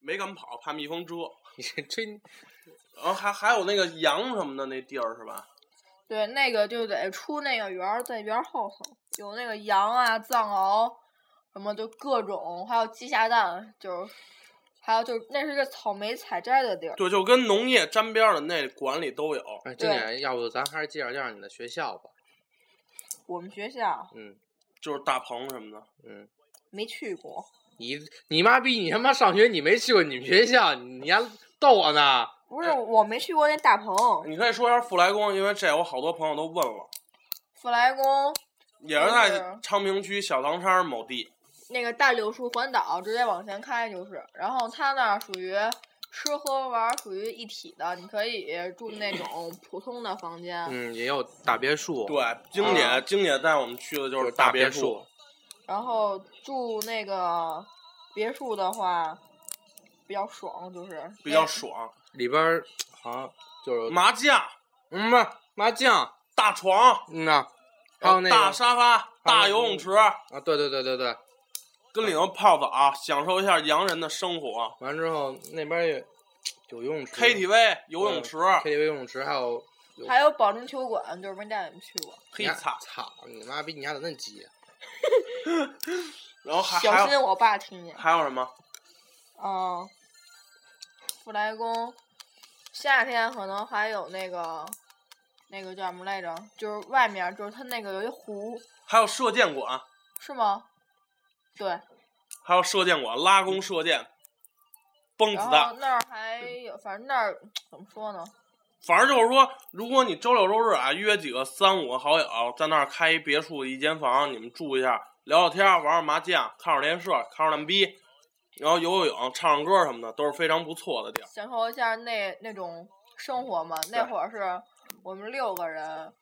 C: 没敢跑，怕蜜蜂蛰。
D: 你这吹
C: 然后还还有那个羊什么的那地儿是吧？
E: 对，那个就得出那个园儿，在园儿后头有那个羊啊、藏獒，什么就各种，还有鸡下蛋，就是，还有就是那是个草莓采摘的地儿。
C: 对，就跟农业沾边儿的那馆里都有。
D: 哎，经典，要不咱还是介绍介绍你的学校吧？
E: 我们学校
D: 嗯
C: 就是大棚什么的，
D: 嗯，
E: 没去过，
D: 你你妈逼你他妈上学你没去过你们学校，你还逗我呢？
E: 不是我没去过那大棚，
C: 你可以说一下富来宫，因为这有好多朋友都问我，
E: 富来宫
C: 也是在
E: 嗯
C: 昌平区小唐山某地。
E: 那个大柳树环岛，直接往前开就是。然后它那儿属于吃喝玩儿属于一体的，你可以住那种普通的房间。
D: 嗯，也有大别墅，，
C: 对，晶
E: 嗯
C: 姐，晶姐带我们去的就
D: 就是是大
C: 别
D: 别墅。。
E: 然后住那个别墅的话，比较爽，就是哎
C: 比较
E: 那
C: 爽。
D: 里边儿好像就是
C: 麻将、
D: 嗯不是麻将，
C: 大床、
D: 嗯呐，还有那
C: 哦大
D: 个
C: 沙发、大
D: 还有
C: 游
D: 那
C: 泳
D: 个
C: 池，
D: 啊，对对对对对，
C: 跟里头泡澡、享受一下洋人的生活。
D: 完之后那边儿有有游泳池
C: KTV、游泳池、
D: KTV 游泳池，还有
E: 还有保龄球馆，就是没带你们去过。
C: 嘿擦，
D: 操你妈逼，你家怎么那么急
C: 嗯
D: 啊？
C: 然后哦还
E: 小
C: 还有
E: 心我爸听见。
C: 还有什么？
E: 嗯，富来宫，夏天可能还有那个，那个叫什么来着？就是外面就是它那个有一湖，
C: 还有射箭馆，
E: 是吗？对，
C: 还有射箭馆，拉弓射箭、崩子
E: 然
C: 弹
E: 后。那儿还有，反正那儿怎么说呢？
C: 反正就是说，如果你周六周日啊约几个三五个好友，在那儿开一别墅一间房，你们住一下，聊聊天，玩玩麻将，看会儿电视，看会儿烂逼，然后游游泳、唱唱歌什么的，都是非常不错的地儿。
E: 享受一下那那种生活嘛。那
C: 对
E: 会儿是我们六个人，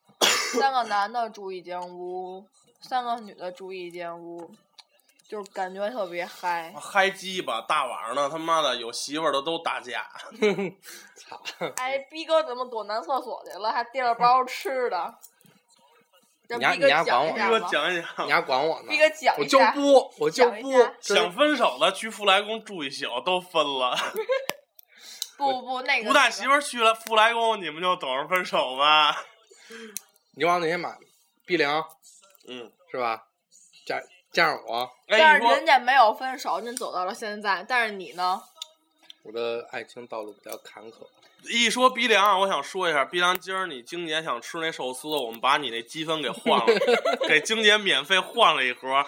E: 三个男的住一间屋，三个女的住一间屋，就是感觉特别嗨。
C: 嗨鸡巴，大晚上的他妈的有媳妇儿的都打架，
D: 操，
E: 哎，逼哥怎么躲男厕所去了，还提了包吃的？让
D: 你丫
E: 逼哥
D: 你丫管
E: 讲
D: 我
E: 一
C: 逼
E: 下
C: 哥
E: 吧，
C: 讲一讲
D: 你，还管我呢
E: 逼？哥讲
D: 我
E: 一
D: 就
E: 下。
D: 不，我就
E: 讲一
D: 不
E: 下
D: 真
C: 想分手的去富来宫住一宿都分了，
E: 不不不，那个
C: 吴大媳妇儿去了富来宫，你们就等着分手吧。
D: 你就往那些买，碧玲
C: 嗯，
D: 是吧？加加上我，
C: 哎，
E: 但
C: 你
E: 是人
C: 说
E: 家没有分手，人家走到了现在。但是你呢？
D: 我的爱情道路比较坎坷。
C: 一说逼良啊，我想说一下，逼良，今儿你晶姐想吃那寿司，我们把你那积分给换 了，给晶姐免费换了一盒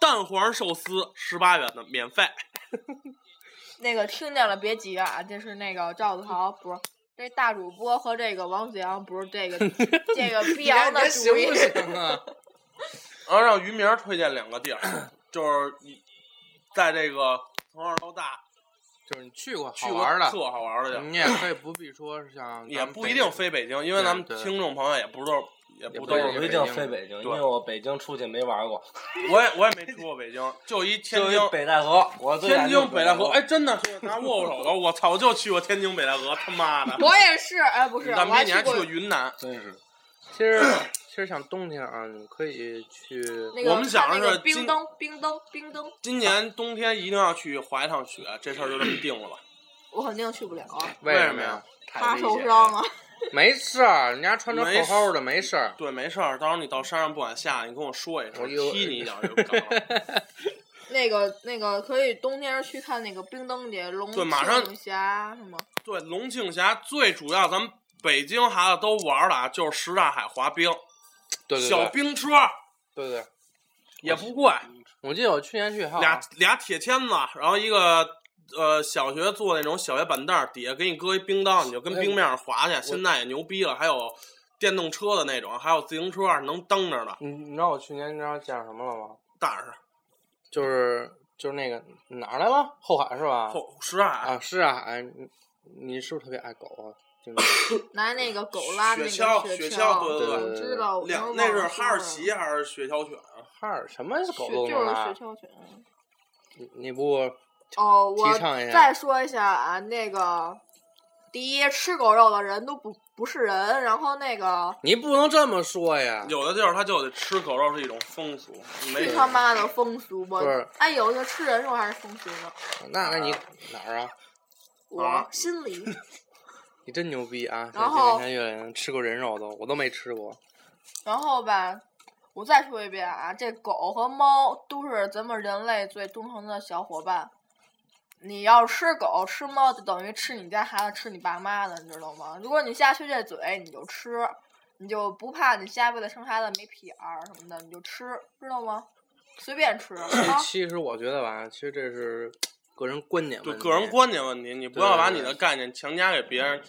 C: 蛋黄寿司，十八元的免费。
E: 那个听见了别急啊，这是那个赵子豪，不是这大主播和这个王子阳，不 是这个这个碧
D: 你还
E: 昂
D: 你
E: 的
D: 还行
E: 主意
D: 不。行啊？
C: 然后让于明儿推荐两个地儿，就是你在这个从小到大
D: 就是你去过
C: 去
D: 好
C: 过
D: 玩的，
C: 特好玩的地儿，
D: 你也可以不必说是像
C: 也
D: 咱们
C: 不
D: 北
C: 一定
D: 京
C: 非北京，因为咱们
D: 对对
C: 听众朋友也不是都也
D: 也
C: 不
D: 不
C: 都
D: 是
C: 是
D: 北
F: 不一
D: 京
F: 定非北京，因
C: 对
F: 为我北京出去没玩过，
C: 我也我也没出过北京，就一天
F: 就
C: 津
F: 一北戴河，我最
C: 天
F: 远就
C: 津
F: 是
C: 北
F: 戴
C: 戴河，哎，真的是拿握握手吧，我操，我就去过天津北戴河，他妈的！
E: 我也是，哎，不是，我
C: 咱们
E: 还
C: 你
E: 去
C: 还去
E: 过
C: 过云南，
F: 真是
D: 其实其实像冬天啊，你可以去
E: 那个
C: 我们想
E: 看那
C: 的是
E: 个冰
C: 今
E: 灯，冰灯，冰灯，
C: 今年冬天一定要去滑一趟雪，这事儿就这么定了吧？
E: 我肯定去不了啊，
C: 为
D: 什
C: 什么
D: 呀
C: 呀？
D: 太
E: 怕
D: 危
E: 受
D: 险
E: 伤啊。
D: 没事儿，人家穿着
C: 没
D: 厚厚的，没事儿。
C: 对，没事儿，到时候你到山上不敢下，你跟我说一声，
D: 我有
C: 踢你一脚就行了。
E: 那个那个可以冬天去看那个冰灯节，龙
C: 对马上
E: 庆峡什么？
C: 对，龙庆峡最主要，咱们北京孩子都玩儿的啊，就是什刹海滑冰，
D: 对对
C: 小
D: 对，
C: 冰车
D: 对对。
C: 也不贵，
D: 我记得我去年去哈尔
C: 俩俩铁签子，然后一个。呃，小学坐那种小学板凳儿，底下给你搁一冰刀，你就跟冰面上滑
D: 哎
C: 去。现在也牛逼了，还有电动车的那种，还有自行车能蹬着的，
D: 你你知道我去年你知道见着什么了吗？
C: 但是
D: 就是就是那个哪儿来了？后海是吧？
C: 后十海
D: 啊，是啊，哎，你你是不是特别爱狗啊？经常
E: 拿那个狗拉那
C: 雪
E: 个
C: 橇
E: 雪
C: 雪橇对
D: 对对
E: 我
D: 对
E: 知道，我啊
C: 两
E: 忘
C: 那
E: 了
C: 是
E: 说
C: 哈尔
E: 了
C: 奇还是雪橇犬啊？
D: 哈尔什么狗
E: 雪
D: 都
E: 就是
D: 能
E: 雪
D: 拉，
E: 橇犬。
D: 你你不
E: 哦，我
D: 提倡一下
E: 再说一下啊，那个第一，吃狗肉的人都不不是人，然后那个
D: 你不能这么说呀。
C: 有的地儿他就得吃狗肉是一种风俗，没
E: 是他妈的风俗不
D: 不是？
E: 哎，有一个吃人肉还是风俗呢？
D: 那那你哪儿啊？
E: 我
C: 啊
E: 心里
D: 你真牛逼啊！
E: 然后
D: 像今年月亮吃过人肉都，我都没吃过。
E: 然后吧，我再说一遍啊，这狗和猫都是咱们人类最忠诚的小伙伴。你要吃狗吃猫，就等于吃你家孩子吃你爸妈的，你知道吗？如果你下去这嘴，你就吃，你就不怕你下辈子生孩子没屁眼儿什么的，你就吃，知道吗？随便吃啊！
D: 其实我觉得吧，其实这是个人观点
C: 嗯对
D: 问题
C: 个人观点问题，你不要把你
D: 对
C: 的概念强加给别人。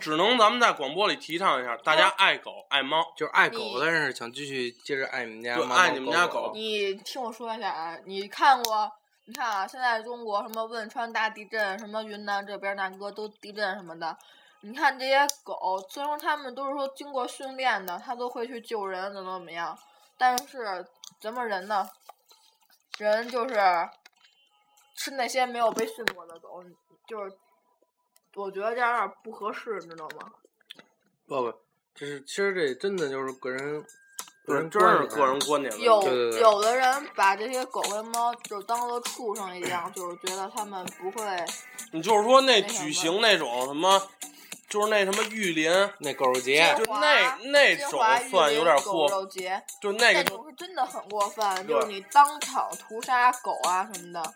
C: 只能咱们在广播里提倡一下，大
E: 嗯
C: 家爱狗爱猫，
D: 就是爱狗
E: 你，
D: 但是想继续接着爱你们家
C: 对
D: 猫，啊
C: 爱你们家狗
E: 你听我说一下啊，你看过？你看啊，现在中国什么汶川大地震，什么云南这边那个都地震什么的，你看这些狗，虽然说它们都是说经过训练的，它都会去救人，怎么怎么样，但是咱们人呢，人就是吃那些没有被训过的狗，就是我觉得这样有点不合适，你知道吗？
D: 不不，这是其实这真的就是个人，个人
C: 真是
D: 观点
C: 个人观点问题。
E: 有
D: 对对对
E: 有的人把这些狗跟猫就当做畜生一样，就是觉得它们不会。
C: 你就是说那
E: 那什么
C: 举行那种什么，就是那什么玉林，
D: 那狗节
E: 接
C: 就
E: 华
C: 那那
E: 金
C: 种
E: 华玉
C: 算有
E: 林
C: 点
E: 狗
C: 过，
E: 肉节，
C: 就那
E: 那
C: 个就
E: 种是真的很过
C: 对
E: 分，就是你当场屠杀狗啊什么的。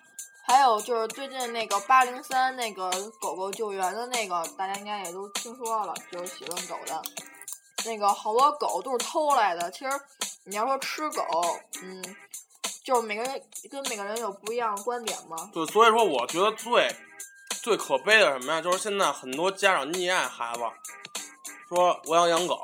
E: 还有就是最近那个八零三那个狗狗救援的那个，大家应该也都听说了，就是喜欢狗的，那个好多狗都是偷来的。其实你要说吃狗，嗯，就是每个人跟每个人有不一样的观点嘛。
C: 对，所以说我觉得最最可悲的是什么呀？就是现在很多家长溺爱孩子，说我想养狗，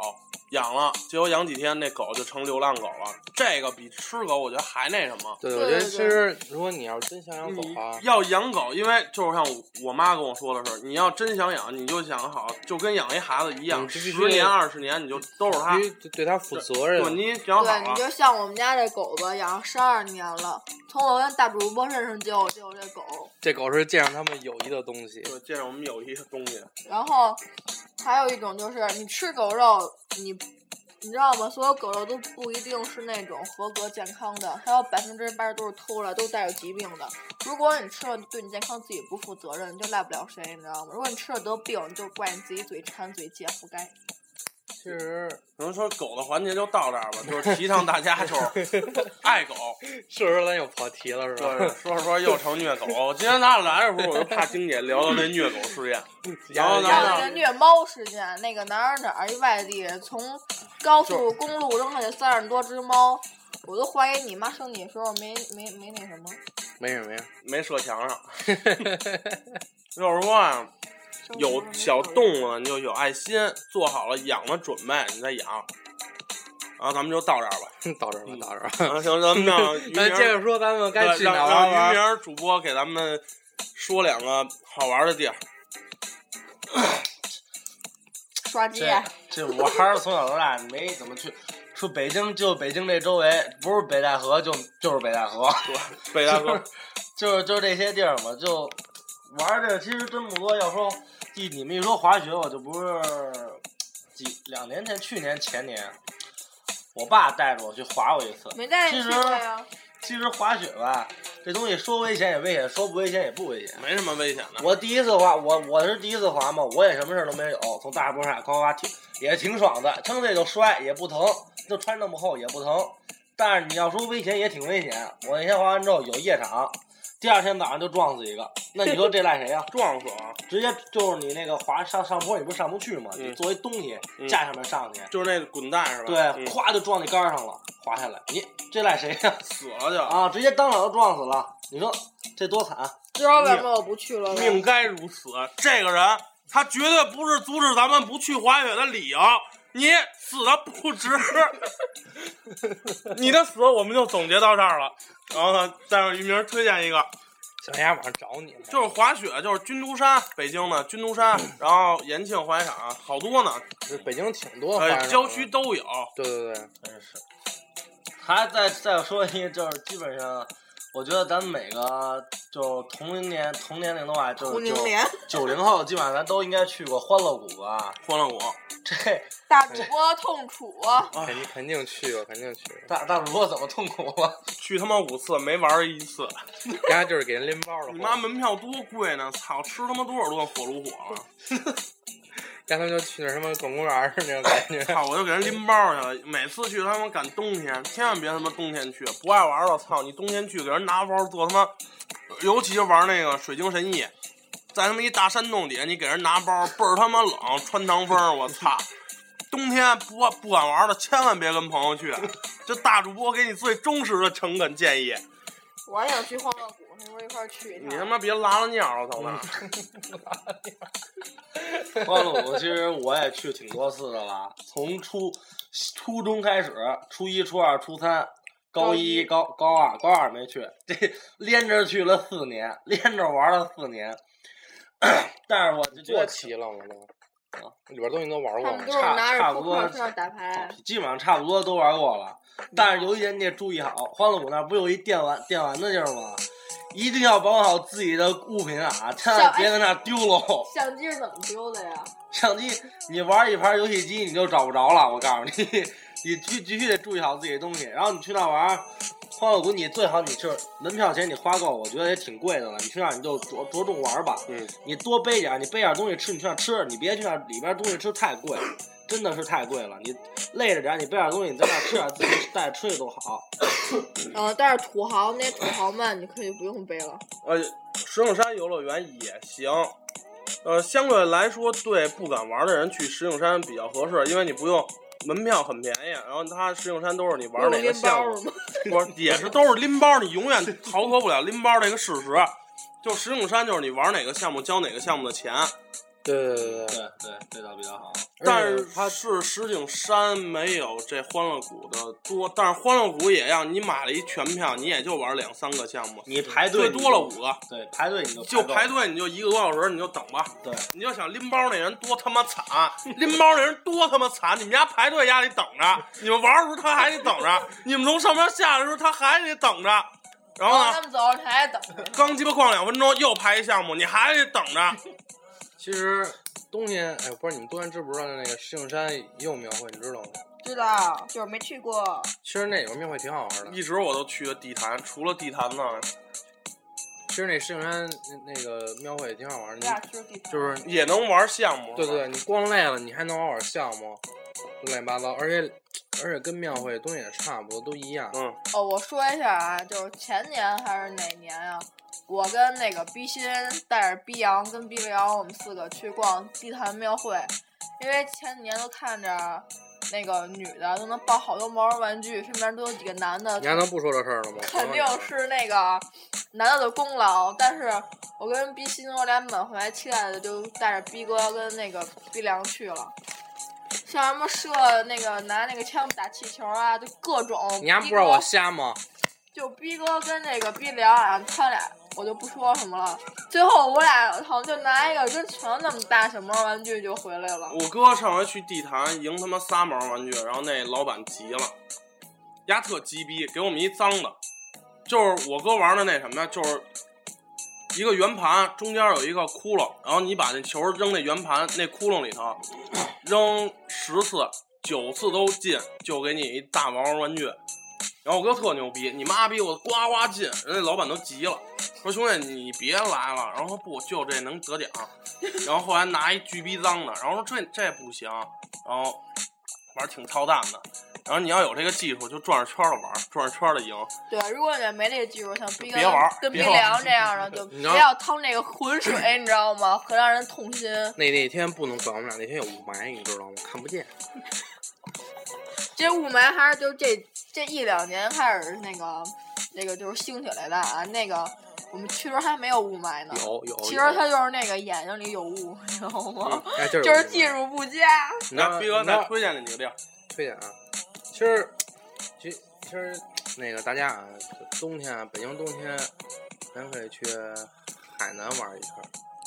C: 养了，结果养几天那狗就成流浪狗了。这个比吃狗我觉得还那什么。
D: 对，
E: 对
D: 我觉得
E: 对
D: 其
E: 对
D: 实如果你要是真想养狗
C: 你
D: 啊，
C: 要养狗，因为就是像我我妈跟我说的是，你要真想养，你就想好，就跟养一孩子一样，
D: 嗯你必须
C: 十年二十年你就都是他
D: 必。须对对它负责
C: 对，
D: 任。
C: 你养好啊
E: 对，你
C: 了，
E: 就像我们家这狗吧，养了十二年了，从我跟大主播认识就有就有这狗，
D: 这狗是见上他们友谊的东西，
C: 对，这是我们有一个东西，
E: 然后还有一种就是你吃狗肉，你你知道吗？所有狗肉都不一定是那种合格健康的，还有百分之八十都是偷来，都带着疾病的。如果你吃了，对你健康自己不负责任，你就赖不了谁，你知道吗？如果你吃了得病，你就怪你自己嘴馋、嘴贱，活该。
D: 其实
C: 可能说狗的环节就到这儿吧，就是提倡大家 就是 爱狗，
D: 是不是咱又跑题了是
C: 对，
D: 吧？
C: 说着说着又成虐狗。我今天咱俩来的时候，我就怕丁姐聊到那虐狗事 件，然后呢
E: 还有那个虐猫事件，那个哪儿哪儿一外地人从高速公路扔下去三十多只猫，我都怀疑你妈生你的时候没没没那什么。
D: 没事没事，
C: 没射墙上。就是说啊，有小动物啊你就有爱心，做好了养的准备，你再养。然后咱们就到这儿吧。
D: 到这儿 吧，到这儿吧。
C: 啊，行，咱们 让于
D: 那
C: 明
D: 接着说，咱们该
C: 对
D: 去
C: 让
D: 哪儿啊玩
C: 让
D: 儿
C: 于
D: 玩
C: 明
D: 儿？
C: 儿主播给咱们说两个好玩的地儿。
E: 刷啊街，
F: 这 这我还是从小到大没怎么去，出北京就北京这周围，不是北戴河就就是北戴河，
C: 北大 哥，
F: 就是就是这些地儿嘛，就玩儿的其实真不多。要说一你们一说滑雪，我就不是几两年前，去年前年，我爸带着我去滑过一次。
E: 没带你
F: 其
E: 去
F: 实
E: 过呀？
F: 其实滑雪吧，这东西说危险也危险，说不危险也不危险。
C: 没什么危险的。
F: 我第一次滑，我我是第一次滑嘛，我也什么事儿都没有，从大坡上夸夸挺也挺爽的，撑这就摔也不疼，就穿那么厚也不疼。但是你要说危险也挺危险，我那天滑完之后有夜场，第二天早上就撞死一个，那你说这赖谁呀、
C: 撞死啊！
F: 直接就是你那个滑上上坡，你不是上不去吗？
C: 嗯
F: 你作为东西
C: 嗯
F: 架上面上去，
C: 就是那滚蛋是吧？
F: 对，
C: 嗯
F: 咵就撞那杆儿上了，滑下来，你这赖谁呀、
C: 死了就。
F: 啊，直接当场就撞死了，你说这多惨！啊
E: 知道为什么我不去了吧？
C: 命该如此。这个人，他绝对不是阻止咱们不去滑雪的理由。你死的不值，你的死我们就总结到这儿了。然后呢，再让于明推荐一个，
D: 小丫晚上找你呢，
C: 就是滑雪，就是军都山，北京的军都山，然后延庆滑雪场好多呢，
D: 这北京挺多滑雪场
C: 呃，
D: 的
C: 郊区。都有。
D: 对对对，
F: 真是。还再再说一，就是基本上，我觉得咱们每个就同龄年同年龄的话，就
E: 胡
F: 是
E: 宁
F: 九
E: 莲
F: 九零后，基本上咱都应该去过欢乐谷吧？
C: 欢乐谷，
F: 这
E: 大主播痛楚，
D: 肯定肯定去过，肯定去过。
F: 大大主播怎么痛苦啊？
C: 去他妈五次没玩儿一次，
D: 人家就是给人拎包了，
C: 你妈门票多贵呢！操，吃他妈多少顿火炉火了！
D: 让他们就去那儿什么逛公园儿那种感觉。
C: 操，我就给人拎包去了。每次去他妈赶冬天，千万别他妈冬天去，不爱玩了。操，你冬天去给人拿包做他妈，尤其是玩那个水晶神翼，在他妈一大山洞底下，你给人拿包，倍儿他妈冷，穿堂风，我操！冬天不不敢玩的，千万别跟朋友去。这大主播给你最忠实的诚恳建议，
E: 我还想去欢乐谷，那会儿一块儿去一趟。
C: 你他妈别拉了尿了，操那儿！
F: 欢乐谷其实我也去挺多次的了，从初初中开始，初一、初二、初三。高一、高高二、高二没去，这连着去了四年，连着玩了四年。 但是我就觉
D: 坐
F: 得
D: 齐了吗？都啊，里边东西都玩
E: 他
D: 过
E: 们
D: 吗
E: 都？是拿
F: 差
E: 着
F: 不
E: 扑
F: 多
E: 克去那儿打牌。
F: 基本上差不多都玩过了，但是有一点你得注意好，欢乐谷那儿不有一电玩电玩的地儿吗？一定要保管好自己的物品啊，千万别在那儿丢喽。
E: 相机是怎么丢的呀？
F: 相机，你玩一盘游戏机你就找不着了，我告诉你，你必必须得注意好自己的东西。然后你去那玩欢乐谷，你最好你就是门票钱你花够，我觉得也挺贵的了。你去那儿你就着着重玩吧，
C: 嗯，
F: 你多背点儿，你背点儿东西吃，你去那儿吃，你别去那儿里边儿东西吃太贵，真的是太贵了。你累着点儿，你背点儿东西你在那儿吃点儿，自己带着吃去都好。
E: 嗯，但是土豪那土豪们你可以不用背了。
C: 呃，石景山游乐园也行。呃，相对来说，对不敢玩的人去石景山比较合适，因为你不用门票很便宜，然后它石景山都是你玩哪个
E: 拎
C: 项
E: 包
C: 目，
E: 吗？
C: 不是也是都是拎包，你永远逃脱不了拎包这个事实。就石景山就是你玩哪个项目交哪个项目的钱，
D: 对对对对，
F: 对，这倒比较好。
C: 但
D: 而
C: 是
D: 且
C: 它是石景山没有这欢乐谷的多，但是欢乐谷也让你买了一全票，你也就玩两三个项目，
F: 你排
C: 最
F: 队你
C: 多了
F: 就
C: 五个，
F: 对，排队你就
C: 就
F: 够
C: 排队你就一个多小时，你就等吧。
F: 对。
C: 你就想拎包那人多他妈 惨，拎包那人多他妈惨，你们家排队丫得等 着，你们玩的时候他还得等着，你们从上面下来的时候他还得等着，然后
E: 他
C: 呢，
E: 们哦走着台等着。
C: 刚鸡巴逛两分钟又排一项目，你还得等着。
D: 其实冬天，哎，不是你们冬天知不知道那个石景山也有庙会，你知道吗？
E: 知道，就是没去过。
C: 嗯
D: 其实那有个庙会挺好玩的，
C: 一直我都去的地坛，除了地坛呢，
D: 其实那圣山那那个庙会也挺好玩
E: 咱
D: 的
E: 俩，去的地
D: 你
E: 方
D: 就是
C: 也能玩项目。
D: 对
C: 是吧
D: 对，，你逛累了，你还能玩会儿项目，乱七八糟，而且而且跟庙会东西也差不多，都一样。
C: 嗯，
E: 哦，我说一下啊，就是前年还是哪年啊？我跟那个逼心带着逼阳跟逼阳，我们四个去逛地坛庙会，因为前几年都看着那个女的都能抱好多毛绒玩具，身边都有几个男的
D: 你，还能不说这事儿了吗？
E: 肯定是那个男的的功劳。但是我跟逼心，我俩满怀期待的就带着逼哥跟那个逼良去了。像什么射那个拿那个枪打气球啊，就各种。
D: 你还不
E: 逼
D: 知道我
E: 哥
D: 瞎吗？
E: 就逼哥跟那个逼良啊，他俩我就不说什么了。最后我俩好像就拿一个跟拳那么大小猫玩具就回来了。
C: 我哥上回去地坛赢他妈仨毛玩具，然后那老板急了，丫特鸡逼，给我们一脏的，就是我哥玩的那什么呀，就是一个圆盘，中间有一个窟窿，然后你把那球扔那圆盘那窟窿里头，扔十次九次都进，就给你一大毛玩具。然后我哥特牛逼，你妈逼我呱呱进，人家老板都急了，说兄弟你别来了。然后说不，就这能得奖。然后后来拿一巨逼脏的，然后说这这不行，然后玩儿挺操蛋的。然后你要有这个技术，就转着圈的玩儿，转着圈的赢。
E: 对，如果你没这个技术，像逼哥
C: 别玩儿
E: 跟逼
C: 别
E: 良这样的，就
D: 你
E: 不
D: 知道
E: 要趟那个浑水，你知道吗？很让人痛心。
D: 那那天不能管我们俩，那天有雾霾，你知道吗？看不 见。
E: 这雾霾还是就这这一两年开始那个那个就是兴起来的啊。那个我们去时候还没有雾霾呢，
D: 有有。
E: 其实
D: 有
E: 它就是那个眼睛里有雾，你知道吗？
D: 哎就是
E: 就
D: 有雾
E: 是
D: 霾
E: 技术不佳。
D: 你知道
C: 来，逼哥
D: 你知道
C: 再推荐你几个地儿。
D: 推荐啊，其实，其实其实那个大家啊，冬天啊，北京冬天，咱可以去海南玩一圈儿，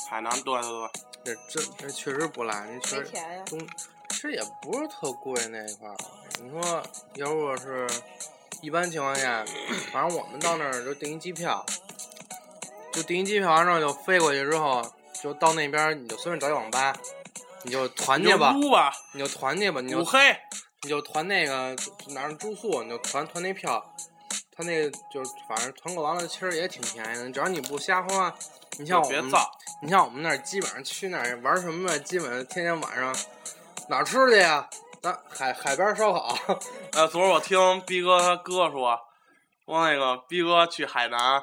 C: 海南，对对对，
D: 这这这确实不赖，那确实
E: 钱呀
D: 冬，其实也不是特贵那一块儿。你说，要如果是一般情况下，反正我们到那儿就订一机票，就订一机票，完之后就飞过去之后，就到那边儿你就随便找一网吧，你就团去吧，
C: 撸吧，
D: 你就团去吧，你就
C: 五黑，
D: 你就团那个哪儿住宿，你就团团那票，他那个就是反正团购完了，其实也挺便宜的，只要你不瞎花。你像我
C: 别
D: 们，
C: 造，
D: 你像我们那儿基本上去那儿玩什么呀，基本上天天晚上哪儿吃去呀？咱海海边烧烤，
C: 呃，昨儿我听逼哥他哥说，说那个逼哥去海南，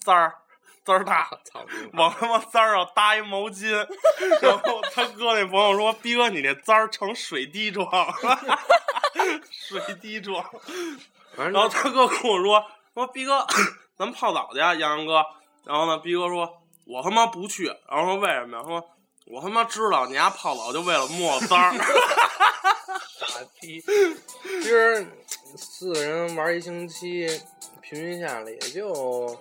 C: 滋儿滋儿大，
D: 操！
C: 往他妈滋儿上搭一毛巾， 然后他哥那朋友说，逼哥你这滋儿成水滴状了， 水滴状。
D: 反正
C: 然后他哥跟我说，说逼哥，咱们泡澡去啊，杨洋哥。然后呢，逼哥说，我他妈不去。然后说为什么呀？说我他妈知道你丫泡澡就为了摸我脏儿。
D: 傻逼。其实四个人玩一星期，平均下来也就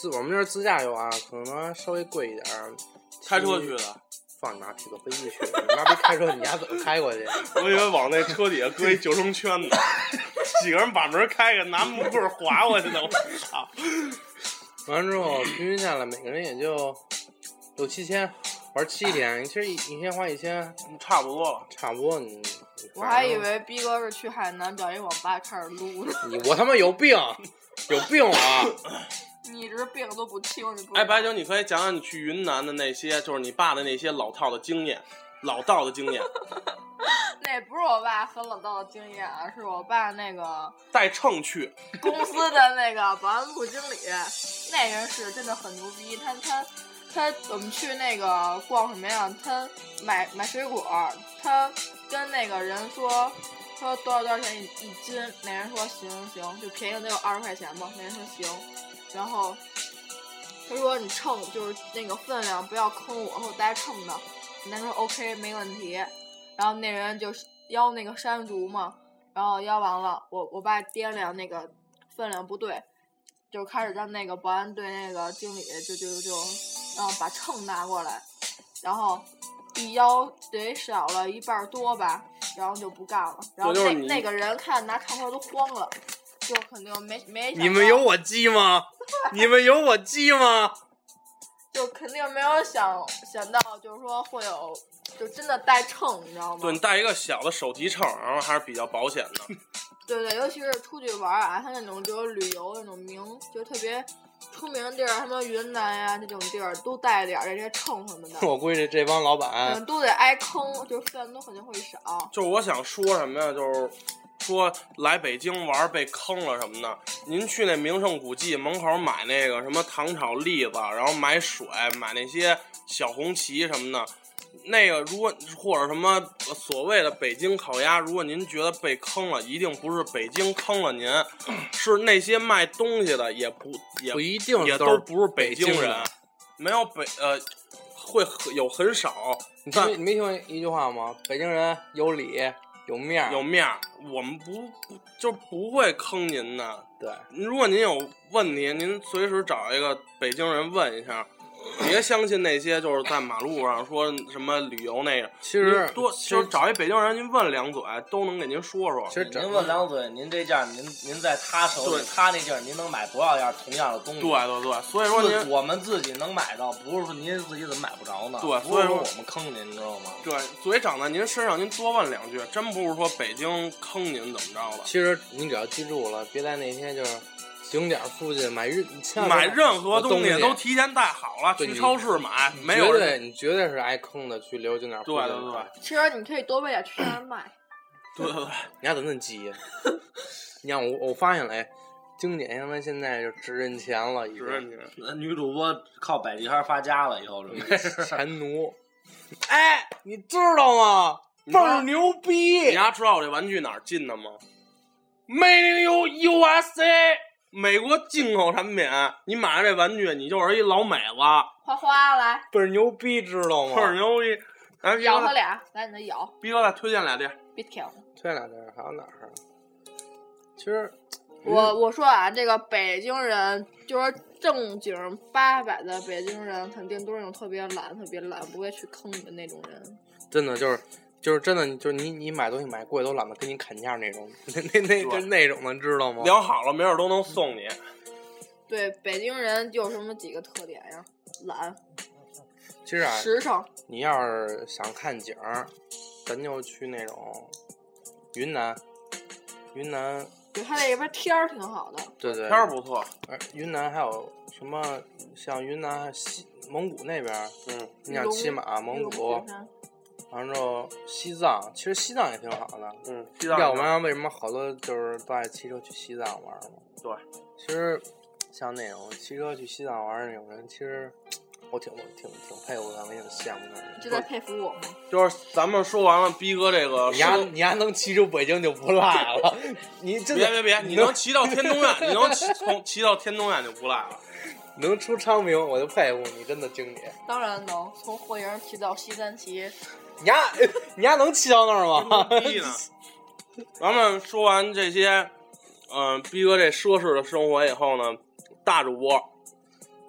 D: 自我们这儿自驾游啊，可能稍微贵一点儿。
C: 开车去的，
D: 放你妈屁，都飞机去！你妈逼开车，你丫怎么开过去？
C: 我以为往那车底下搁一救生圈呢，几个人把门开开，拿木棍儿划过去的。我操！
D: 完之后平均下来，每个人也就六七千，玩七天，其实一一天花一千，
C: 嗯差不多了，
D: 差不多你。你
E: 我还
D: 反正
E: 以为逼哥是去海南找一网吧开始撸呢，
D: 你我他妈有病，有病啊！
E: 你一直病都不轻，你不
C: 哎，白酒，你可以讲讲你去云南的那些，就是你爸的那些老套的经验，老道的经验，
E: 那不是我爸和老道的经验啊，是我爸那个
C: 带秤去，
E: 公司的那个保安部经理，那人是真的很牛逼。他他他，我们去那个逛什么呀？他买买水果，他跟那个人说说多少多少钱一一斤，那人说行行，就便宜了得有二十块钱吧。那人说行，然后他说你称就是那个分量，不要坑我，我带秤的。那人说 OK 没问题，然后那人就邀那个山竹嘛。然后邀完了，我我爸掂量那个分量不对，就开始让那个保安队那个经理就就就让把秤拿过来，然后一邀得少了一半儿多吧，然后就不干了。然后
C: 这就
E: 那
C: 是你
E: 那个人看拿秤盒都慌了，就肯定没没想
D: 你们
E: 到
D: 有我鸡吗？你们有我鸡吗？
E: 就肯定没有想想到，就是说会有，就真的带秤，你知道吗？
C: 对你带一个小的手提秤，然后还是比较保险的。
E: 对对，尤其是出去玩儿啊，他那种就是旅游那种名，就特别出名的地儿，什么云南呀、这种地儿，都带点儿这些秤什么的，
D: 我估计这帮老板
E: 嗯，都得挨坑，就是饭都肯定会少。
C: 就是我想说什么呀，就是说来北京玩儿被坑了什么的，您去那名胜古迹门口买那个什么糖炒栗子，然后买水，买那些小红旗什么的。那个，如果或者什么所谓的北京烤鸭，如果您觉得被坑了，一定不是北京坑了您，是那些卖东西的也不也
D: 不一定
C: 也
D: 都
C: 都不是北京
D: 北京
C: 人
D: 人，
C: 没有北呃会很有很少，
D: 你听
C: 但
D: 没你没听过一句话吗？北京人有理有面儿，
C: 有面儿，我们不不就不会坑您的。嗯
D: 对，
C: 如果您有问题，您随时找一个北京人问一下，别相信那些就是在马路上说什么旅游那个。
D: 其实
C: 您多
D: 其
C: 就是
D: 实
C: 找一北京人，您问两嘴，都能给您说说
D: 其。实
F: 您
D: 整
F: 问两嘴，您这价，您您在他手里
C: 对，
F: 他那地儿，您能买多少样同样的东西？
C: 对对对，所以说
F: 自
C: 您
F: 我们自己能买到，不是说您自己怎么买不着呢？
C: 对
F: 不是
C: 所以说
F: 说我们坑您，你知道吗？
C: 对嘴长在您身上，您多问两句，真不是说北京坑您怎么着了。
D: 其实你只要记住了，别在那些就是景点附近买任千万别
C: 买任何
D: 东
C: 西都提前带好了，
D: 对
C: 去
D: 你
C: 超市买，
D: 你
C: 没有
D: 绝
C: 人
D: 对你绝对是挨坑的，去旅游景点附
C: 对
D: 近
C: 对
D: 买。
C: 对对
E: 其实你可以多喂点去那儿卖，
C: 对对对。
D: 你丫怎么那么急？ 你看我我发现了，哎，经典他妈现在就只认钱了，已
C: 只认
D: 经
C: 您。
F: 那女主播靠摆地摊发家了，以后准备
D: 钱奴。哎，你知道吗？倍儿
C: 你
D: 牛逼
C: 丫知道我这玩具哪儿进的吗？
D: ！Made in U USA。
C: 美国进口产品，你买了这玩具，你就是一老美子，
E: 花花来
D: 倍儿牛逼，知道
C: 倍儿
D: 吗？
C: 牛逼。咱逼
E: 咬
C: 哥
E: 他
C: 再，
E: 俩，来你的咬，
C: 逼哥再推荐俩地儿，
E: 别挑。
D: 这两天还有哪儿啊？其实
E: 我我说啊，这个北京人就是正经八百的北京人，肯定都是那种特别懒、特别懒，不会去坑你的那种人。
D: 真的就是就是真的，就是你你买东西买贵都懒得跟你砍价那种， 那那那
C: 对
D: 跟那种的，知道吗？
C: 聊好了，没准都能送你。
E: 对，北京人有什么几个特点呀？懒、
D: 其实啊，
E: 实诚，
D: 你要是想看景儿，咱就去那种云南，云南
E: 对，他那边天儿挺好的。
D: 对对，
C: 天儿不错，
D: 而云南还有什么？像云南还有西蒙古那边儿，
C: 嗯，
D: 你想
E: 龙
D: 骑马，蒙古
E: 龙雪，山
D: 完了之后西藏，其实西藏也挺好的。
C: 嗯，西藏
D: 要不然为什么好多就是都爱骑车去西藏玩儿嘛？
C: 对，
D: 其实像那种骑车去西藏玩儿那种人，其实我挺我挺挺佩服他们，也挺羡慕他们
E: 你。就在佩服我吗？
C: 就是咱们说完了，逼哥这个
D: 你丫
C: 生
D: 你丫能骑出北京就不赖 了，你真
C: 别
D: 的
C: 别别，你能骑到天通苑，你能骑从骑到天通苑就不赖了。
D: 能出昌平，我就佩服你，真的经典。
E: 当然能，从霍营骑到西三旗，
D: 你丫 你丫能骑到那 儿吗？
C: 真牛逼呢！咱们说完这些，嗯、逼哥这奢侈的生活以后呢，大主播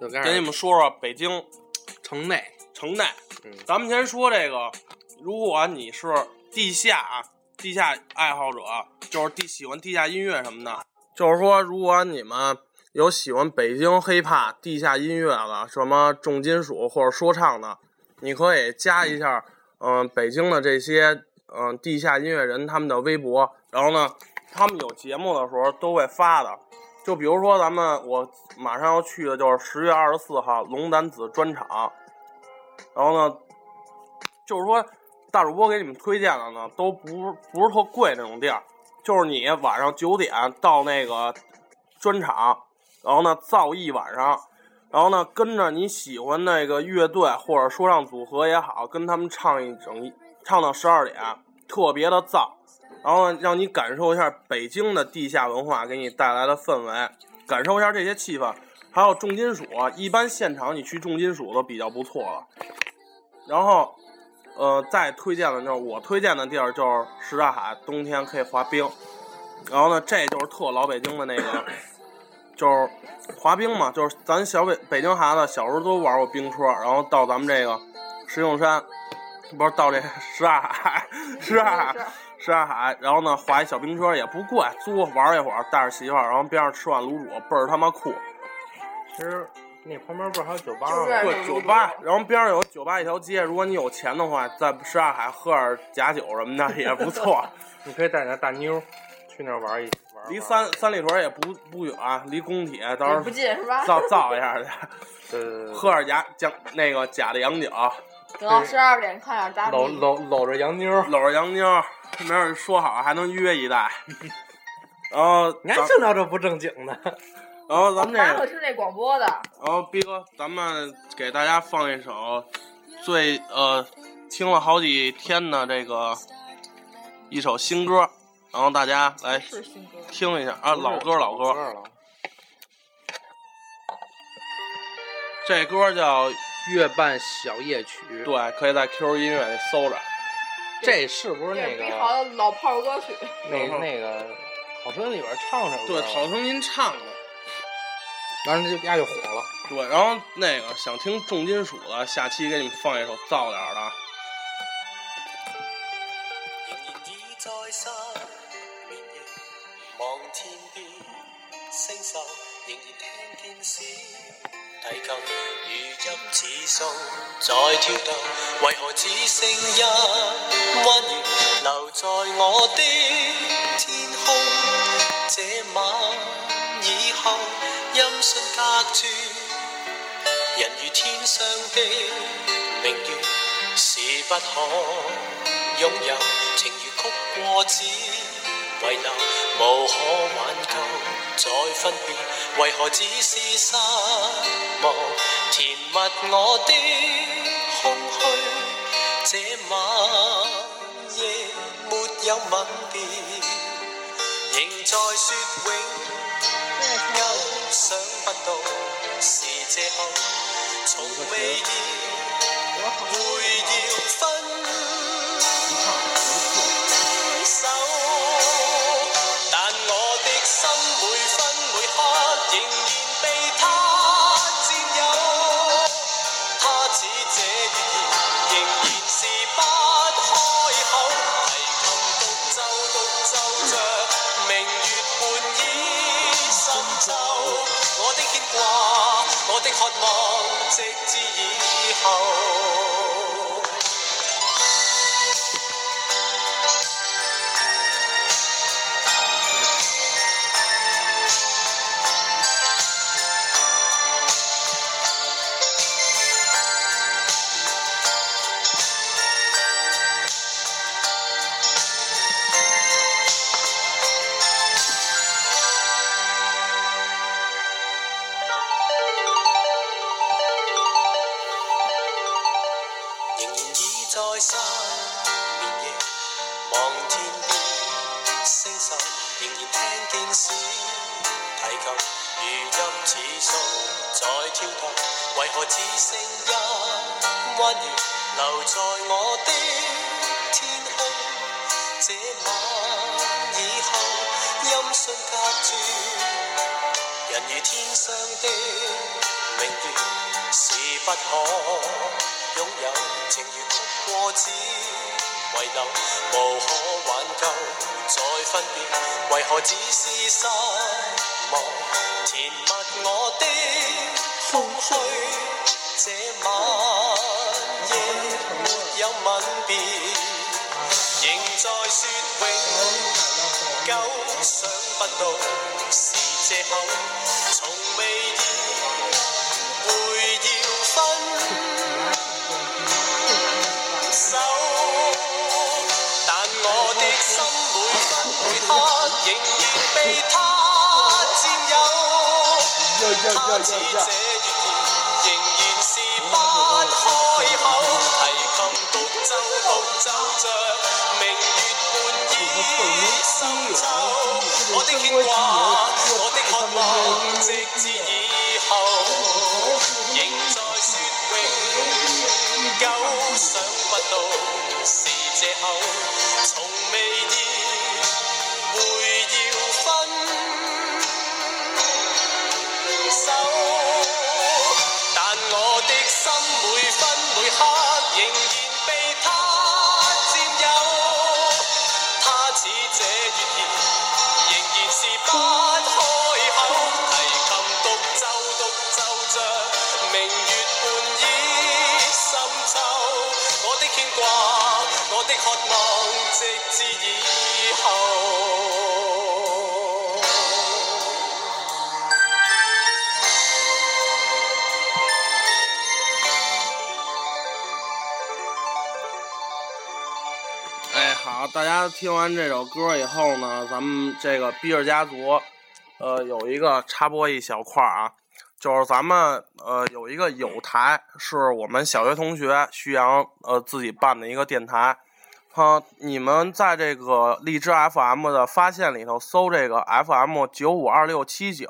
D: 就跟
C: 给你们说说北京
D: 城内，
C: 城内。
D: 嗯
C: 咱们先说这个，如果你是地下啊，地下爱好者，就是地喜欢地下音乐什么的，就是说，如果你们有喜欢北京黑怕地下音乐的，什么重金属或者说唱的，你可以加一下，嗯、北京的这些嗯、地下音乐人他们的微博，然后呢，他们有节目的时候都会发的。就比如说，咱们我马上要去的就是十月二十四号龙丹子专场，然后呢，就是说大主播给你们推荐的呢，都不是不是特贵那种地儿，就是你晚上九点到那个专场，然后呢造一晚上，然后呢跟着你喜欢那个乐队或者说唱组合也好，跟他们唱一整一唱到十二点，特别的燥，然后呢让你感受一下北京的地下文化给你带来的氛围，感受一下这些气氛。还有重金属，啊一般现场你去重金属都比较不错了。然后，呃，再推荐的就是我推荐的地儿就是什刹海，冬天可以滑冰。然后呢，这就是特老北京的那个，就是滑冰嘛，就是咱小北北京孩子小时候都玩过冰车，然后到咱们这个石景山，不是到这什刹海，什刹 海
E: 没事儿，
C: 什刹海，然后呢划一小冰车也不贵，租玩一会儿，带着媳妇儿，然后边上吃碗卤煮，倍儿他妈酷。
D: 其实
G: 那旁边不是还有酒吧
E: 就是
G: 吗？
C: 对，酒吧，然后边上有酒吧一条街，如果你有钱的话，在什刹海喝点假酒什么的也不错。
G: 你可以带你的大妞去那儿玩一玩儿。
C: 离
G: 玩儿
C: 三三里屯也不不远，离工体到时
E: 也
C: 候
E: 不近是吧？
C: 造造一下去，
G: 对对对，
C: 喝点假假那个假的洋酒，
E: 得十二点看点大
G: 搂
E: 米，
G: 搂搂着洋妞，
C: 搂着洋妞，没准说好还能约一袋。 然后
G: 你还
C: 咱，
G: 净聊这不正经的。
C: 然后咱们这
E: 马
C: 个
E: 可。是那广播的，
C: 然后逼哥，咱们给大家放一首最呃听了好几天的这个一首新歌，然后大家来
E: 是新歌。
C: 听一下啊，老歌老歌，
D: 了，
C: 这歌叫
D: 月半小夜曲。，
C: 对，可以在 QQ 音乐里搜着。
D: 这是不是
E: 这
D: 那
E: 是
D: 个
E: 碧豪的老炮儿歌曲，
D: 那那个《好声音》里边唱首
C: 对，
D: 歌？
C: 郝声音唱的。
D: 当时就丫就火了。
C: 对，然后那个想听重金属的，下期给你们放一首燥点儿的啊。
H: 仍然已在失眠夜，望天边星宿，仍然聽見小提琴如泣似诉在跳動，為何只剩一彎月留在我的天空？這晚以後，音訊隔絕。人如天上的明月，是不可擁有。情如曲過只遺留，無可挽救。再分別，為何只是失望？填密我的空虛，這晚夜沒有吻別，仍在説永。又想不到是借口，從未意會要分手。但我的心每分每刻仍然被他佔有，他似這月兒仍然是不開口，提琴獨奏獨奏着。明月伴倚深秋，我的牽掛，我的渴望，直至以後。仍然倚在失眠夜，望天邊星宿，仍然聽見小提琴如泣似訴在跳動，為何只剩一彎月留在我的天空？這晚以後，音訊隔絕。人如天上的明月，是不可擁有。情如曲過只遺留，無可挽救。再分別，為何只是失望？填密我的空虛，這晚夜沒有吻別，仍在説永。久想不到是借口，從未意會要分手。但我的心每分每刻仍然被他佔有，他似這月兒仍然是不開口，提琴獨奏獨奏着明月伴倚深秋，我的牽掛，我的渴望，直至以後，仍在説永久，想不到是藉口，從未意會要分手，但我的心每分每刻仍然被他佔有。他似這月兒，仍然是不開口。提琴獨奏獨奏着的渴望，直至以后。
C: 哎，好，大家听完这首歌以后呢，咱们这个比尔家族，呃，有一个插播一小块儿啊，就是咱们呃有一个友台，是我们小学同学徐阳呃自己办的一个电台。哈，你们在这个荔枝 FM 的发现里头搜这个 FM 九五二六七九，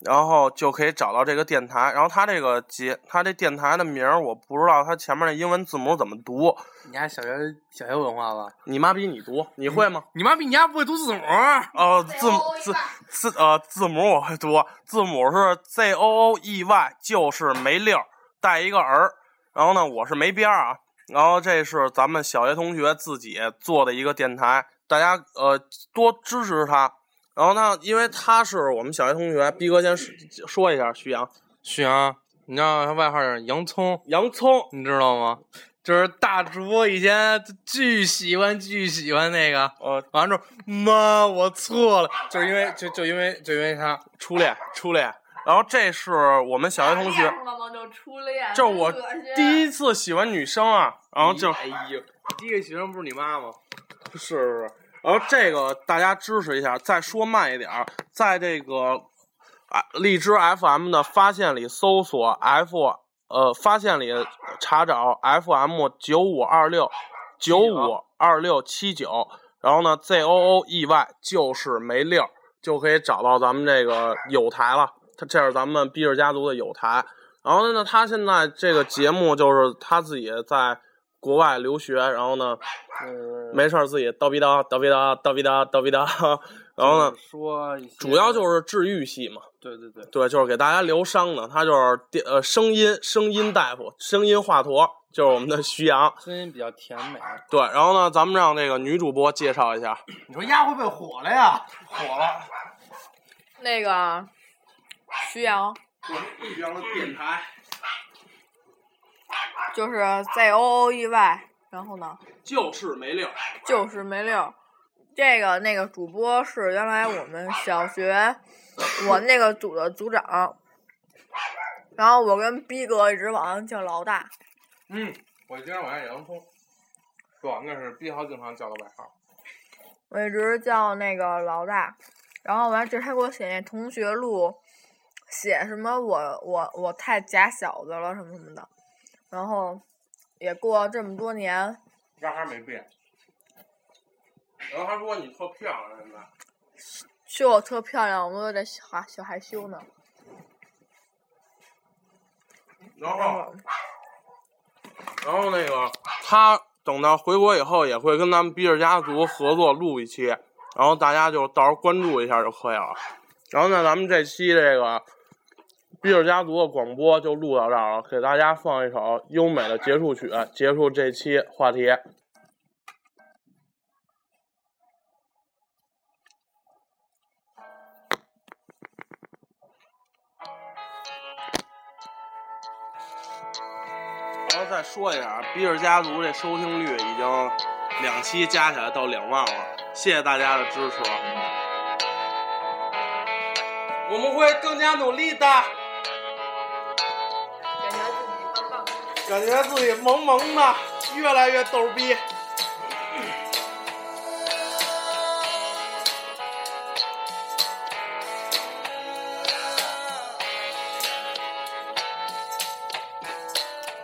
C: 然后就可以找到这个电台。然后它这个节，它这电台的名儿我不知道它前面的英文字母怎么读。
D: 你还小学小学文化吧？
C: 你妈逼你读，你会吗？
D: 你妈逼你家不会读字啊母？
C: 哦、字母字字呃字母我会读，字母是 Z O O E Y，就是没溜儿带一个儿，然后呢我是没边儿啊，然后这是咱们小学同学自己做的一个电台，大家呃多支持他。然后呢，因为他是我们小学同学，逼哥先说说一下徐阳，
D: 徐阳，你知道他外号是洋葱，
C: 洋葱
D: 你知道吗？就是大主播以前巨喜欢巨喜欢那个，
C: 呃
D: 完了之后，妈，我错了，就是因为就就因为就因为他，
C: 初恋初恋，然后这是我们小学同学，
E: 了吗？就初恋，
C: 这我
E: 真恶心
C: 第一次喜欢女生啊，然后就
D: 哎呦，第一个学生不是你妈吗？
C: 是是是，然后这个大家支持一下，再说慢一点儿，在这个啊荔枝 FM 的发现里搜索 F 呃发现里查找 FM 九五二六九五二六七九，然后呢 Z O O E Y 就是没溜儿，就可以找到咱们这个友台了。它这是咱们毕氏家族的友台。然后呢，他现在这个节目就是他自己在国外留学，然后呢，没事儿自己叨逼叨叨逼叨叨逼叨叨逼叨， 然后呢，
G: 说一些
C: 主要就是治愈系嘛，
G: 对对对，
C: 对，就是给大家疗伤的，他就是电呃声音声音大夫，声音华佗，就是我们的徐阳，
G: 声音比较甜美。
D: 啊
C: 对，然后呢，咱们让这个女主播介绍一下，
D: 你说丫会不会火了呀？火了，
E: 那个徐阳，
C: 徐阳的电台，
E: 就是 Z O O E Y，然后呢
C: 就是没溜，
E: 就是没溜。这个那个主播是原来我们小学我那个组的组长，然后我跟逼哥一直往上叫老大。
D: 嗯，我今天晚上也洋葱，不，那是毕豪经常叫的外号。
E: 我一直叫那个老大，然后完这他给我写那同学录，写什么我我我太假小子了什么什么的，然后也过了这么多年，
D: 外号没变。
C: 然后他说你特漂亮，现在
E: 说我特漂亮，我都有点小害小害羞呢。
C: 然
E: 然后
C: 然后那个他等到回国以后，也会跟咱们比尔家族合作录一期，然后大家就到时候关注一下就可以了。然后呢，咱们这期这个比尔家族的广播就录到这儿了，给大家放一首优美的结束曲，结束这期话题。然后再说一下啊，比尔家族这收听率已经两期加起来到两万了，谢谢大家的支持。我们会更加努力的，
E: 感觉自己棒棒。
C: 感觉自己萌萌的，越来越逗逼。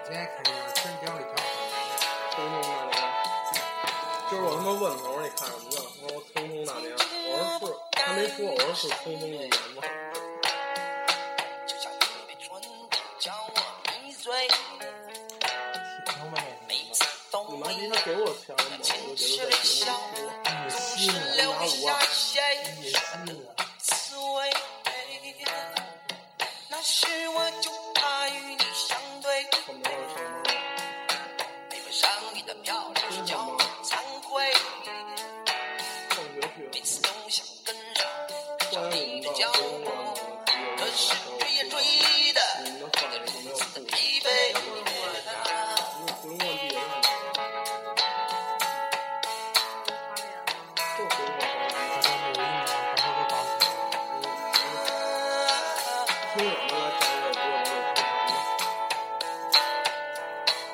D: 今天肯定真表里
C: 匆匆那年，今儿我他妈问他，我说你看什么呢？他说我匆匆那年，我说是，他没说，我说是匆匆那年吗？
H: 就像你的唇叫我迷醉，每次都
C: 你妈
H: 为
C: 逼
H: 你
C: 他给我钱了吗？我
H: 情
C: 就觉
H: 绪
C: 得
H: 的
C: 在
H: 笑
C: 节目里
H: 总是留下些。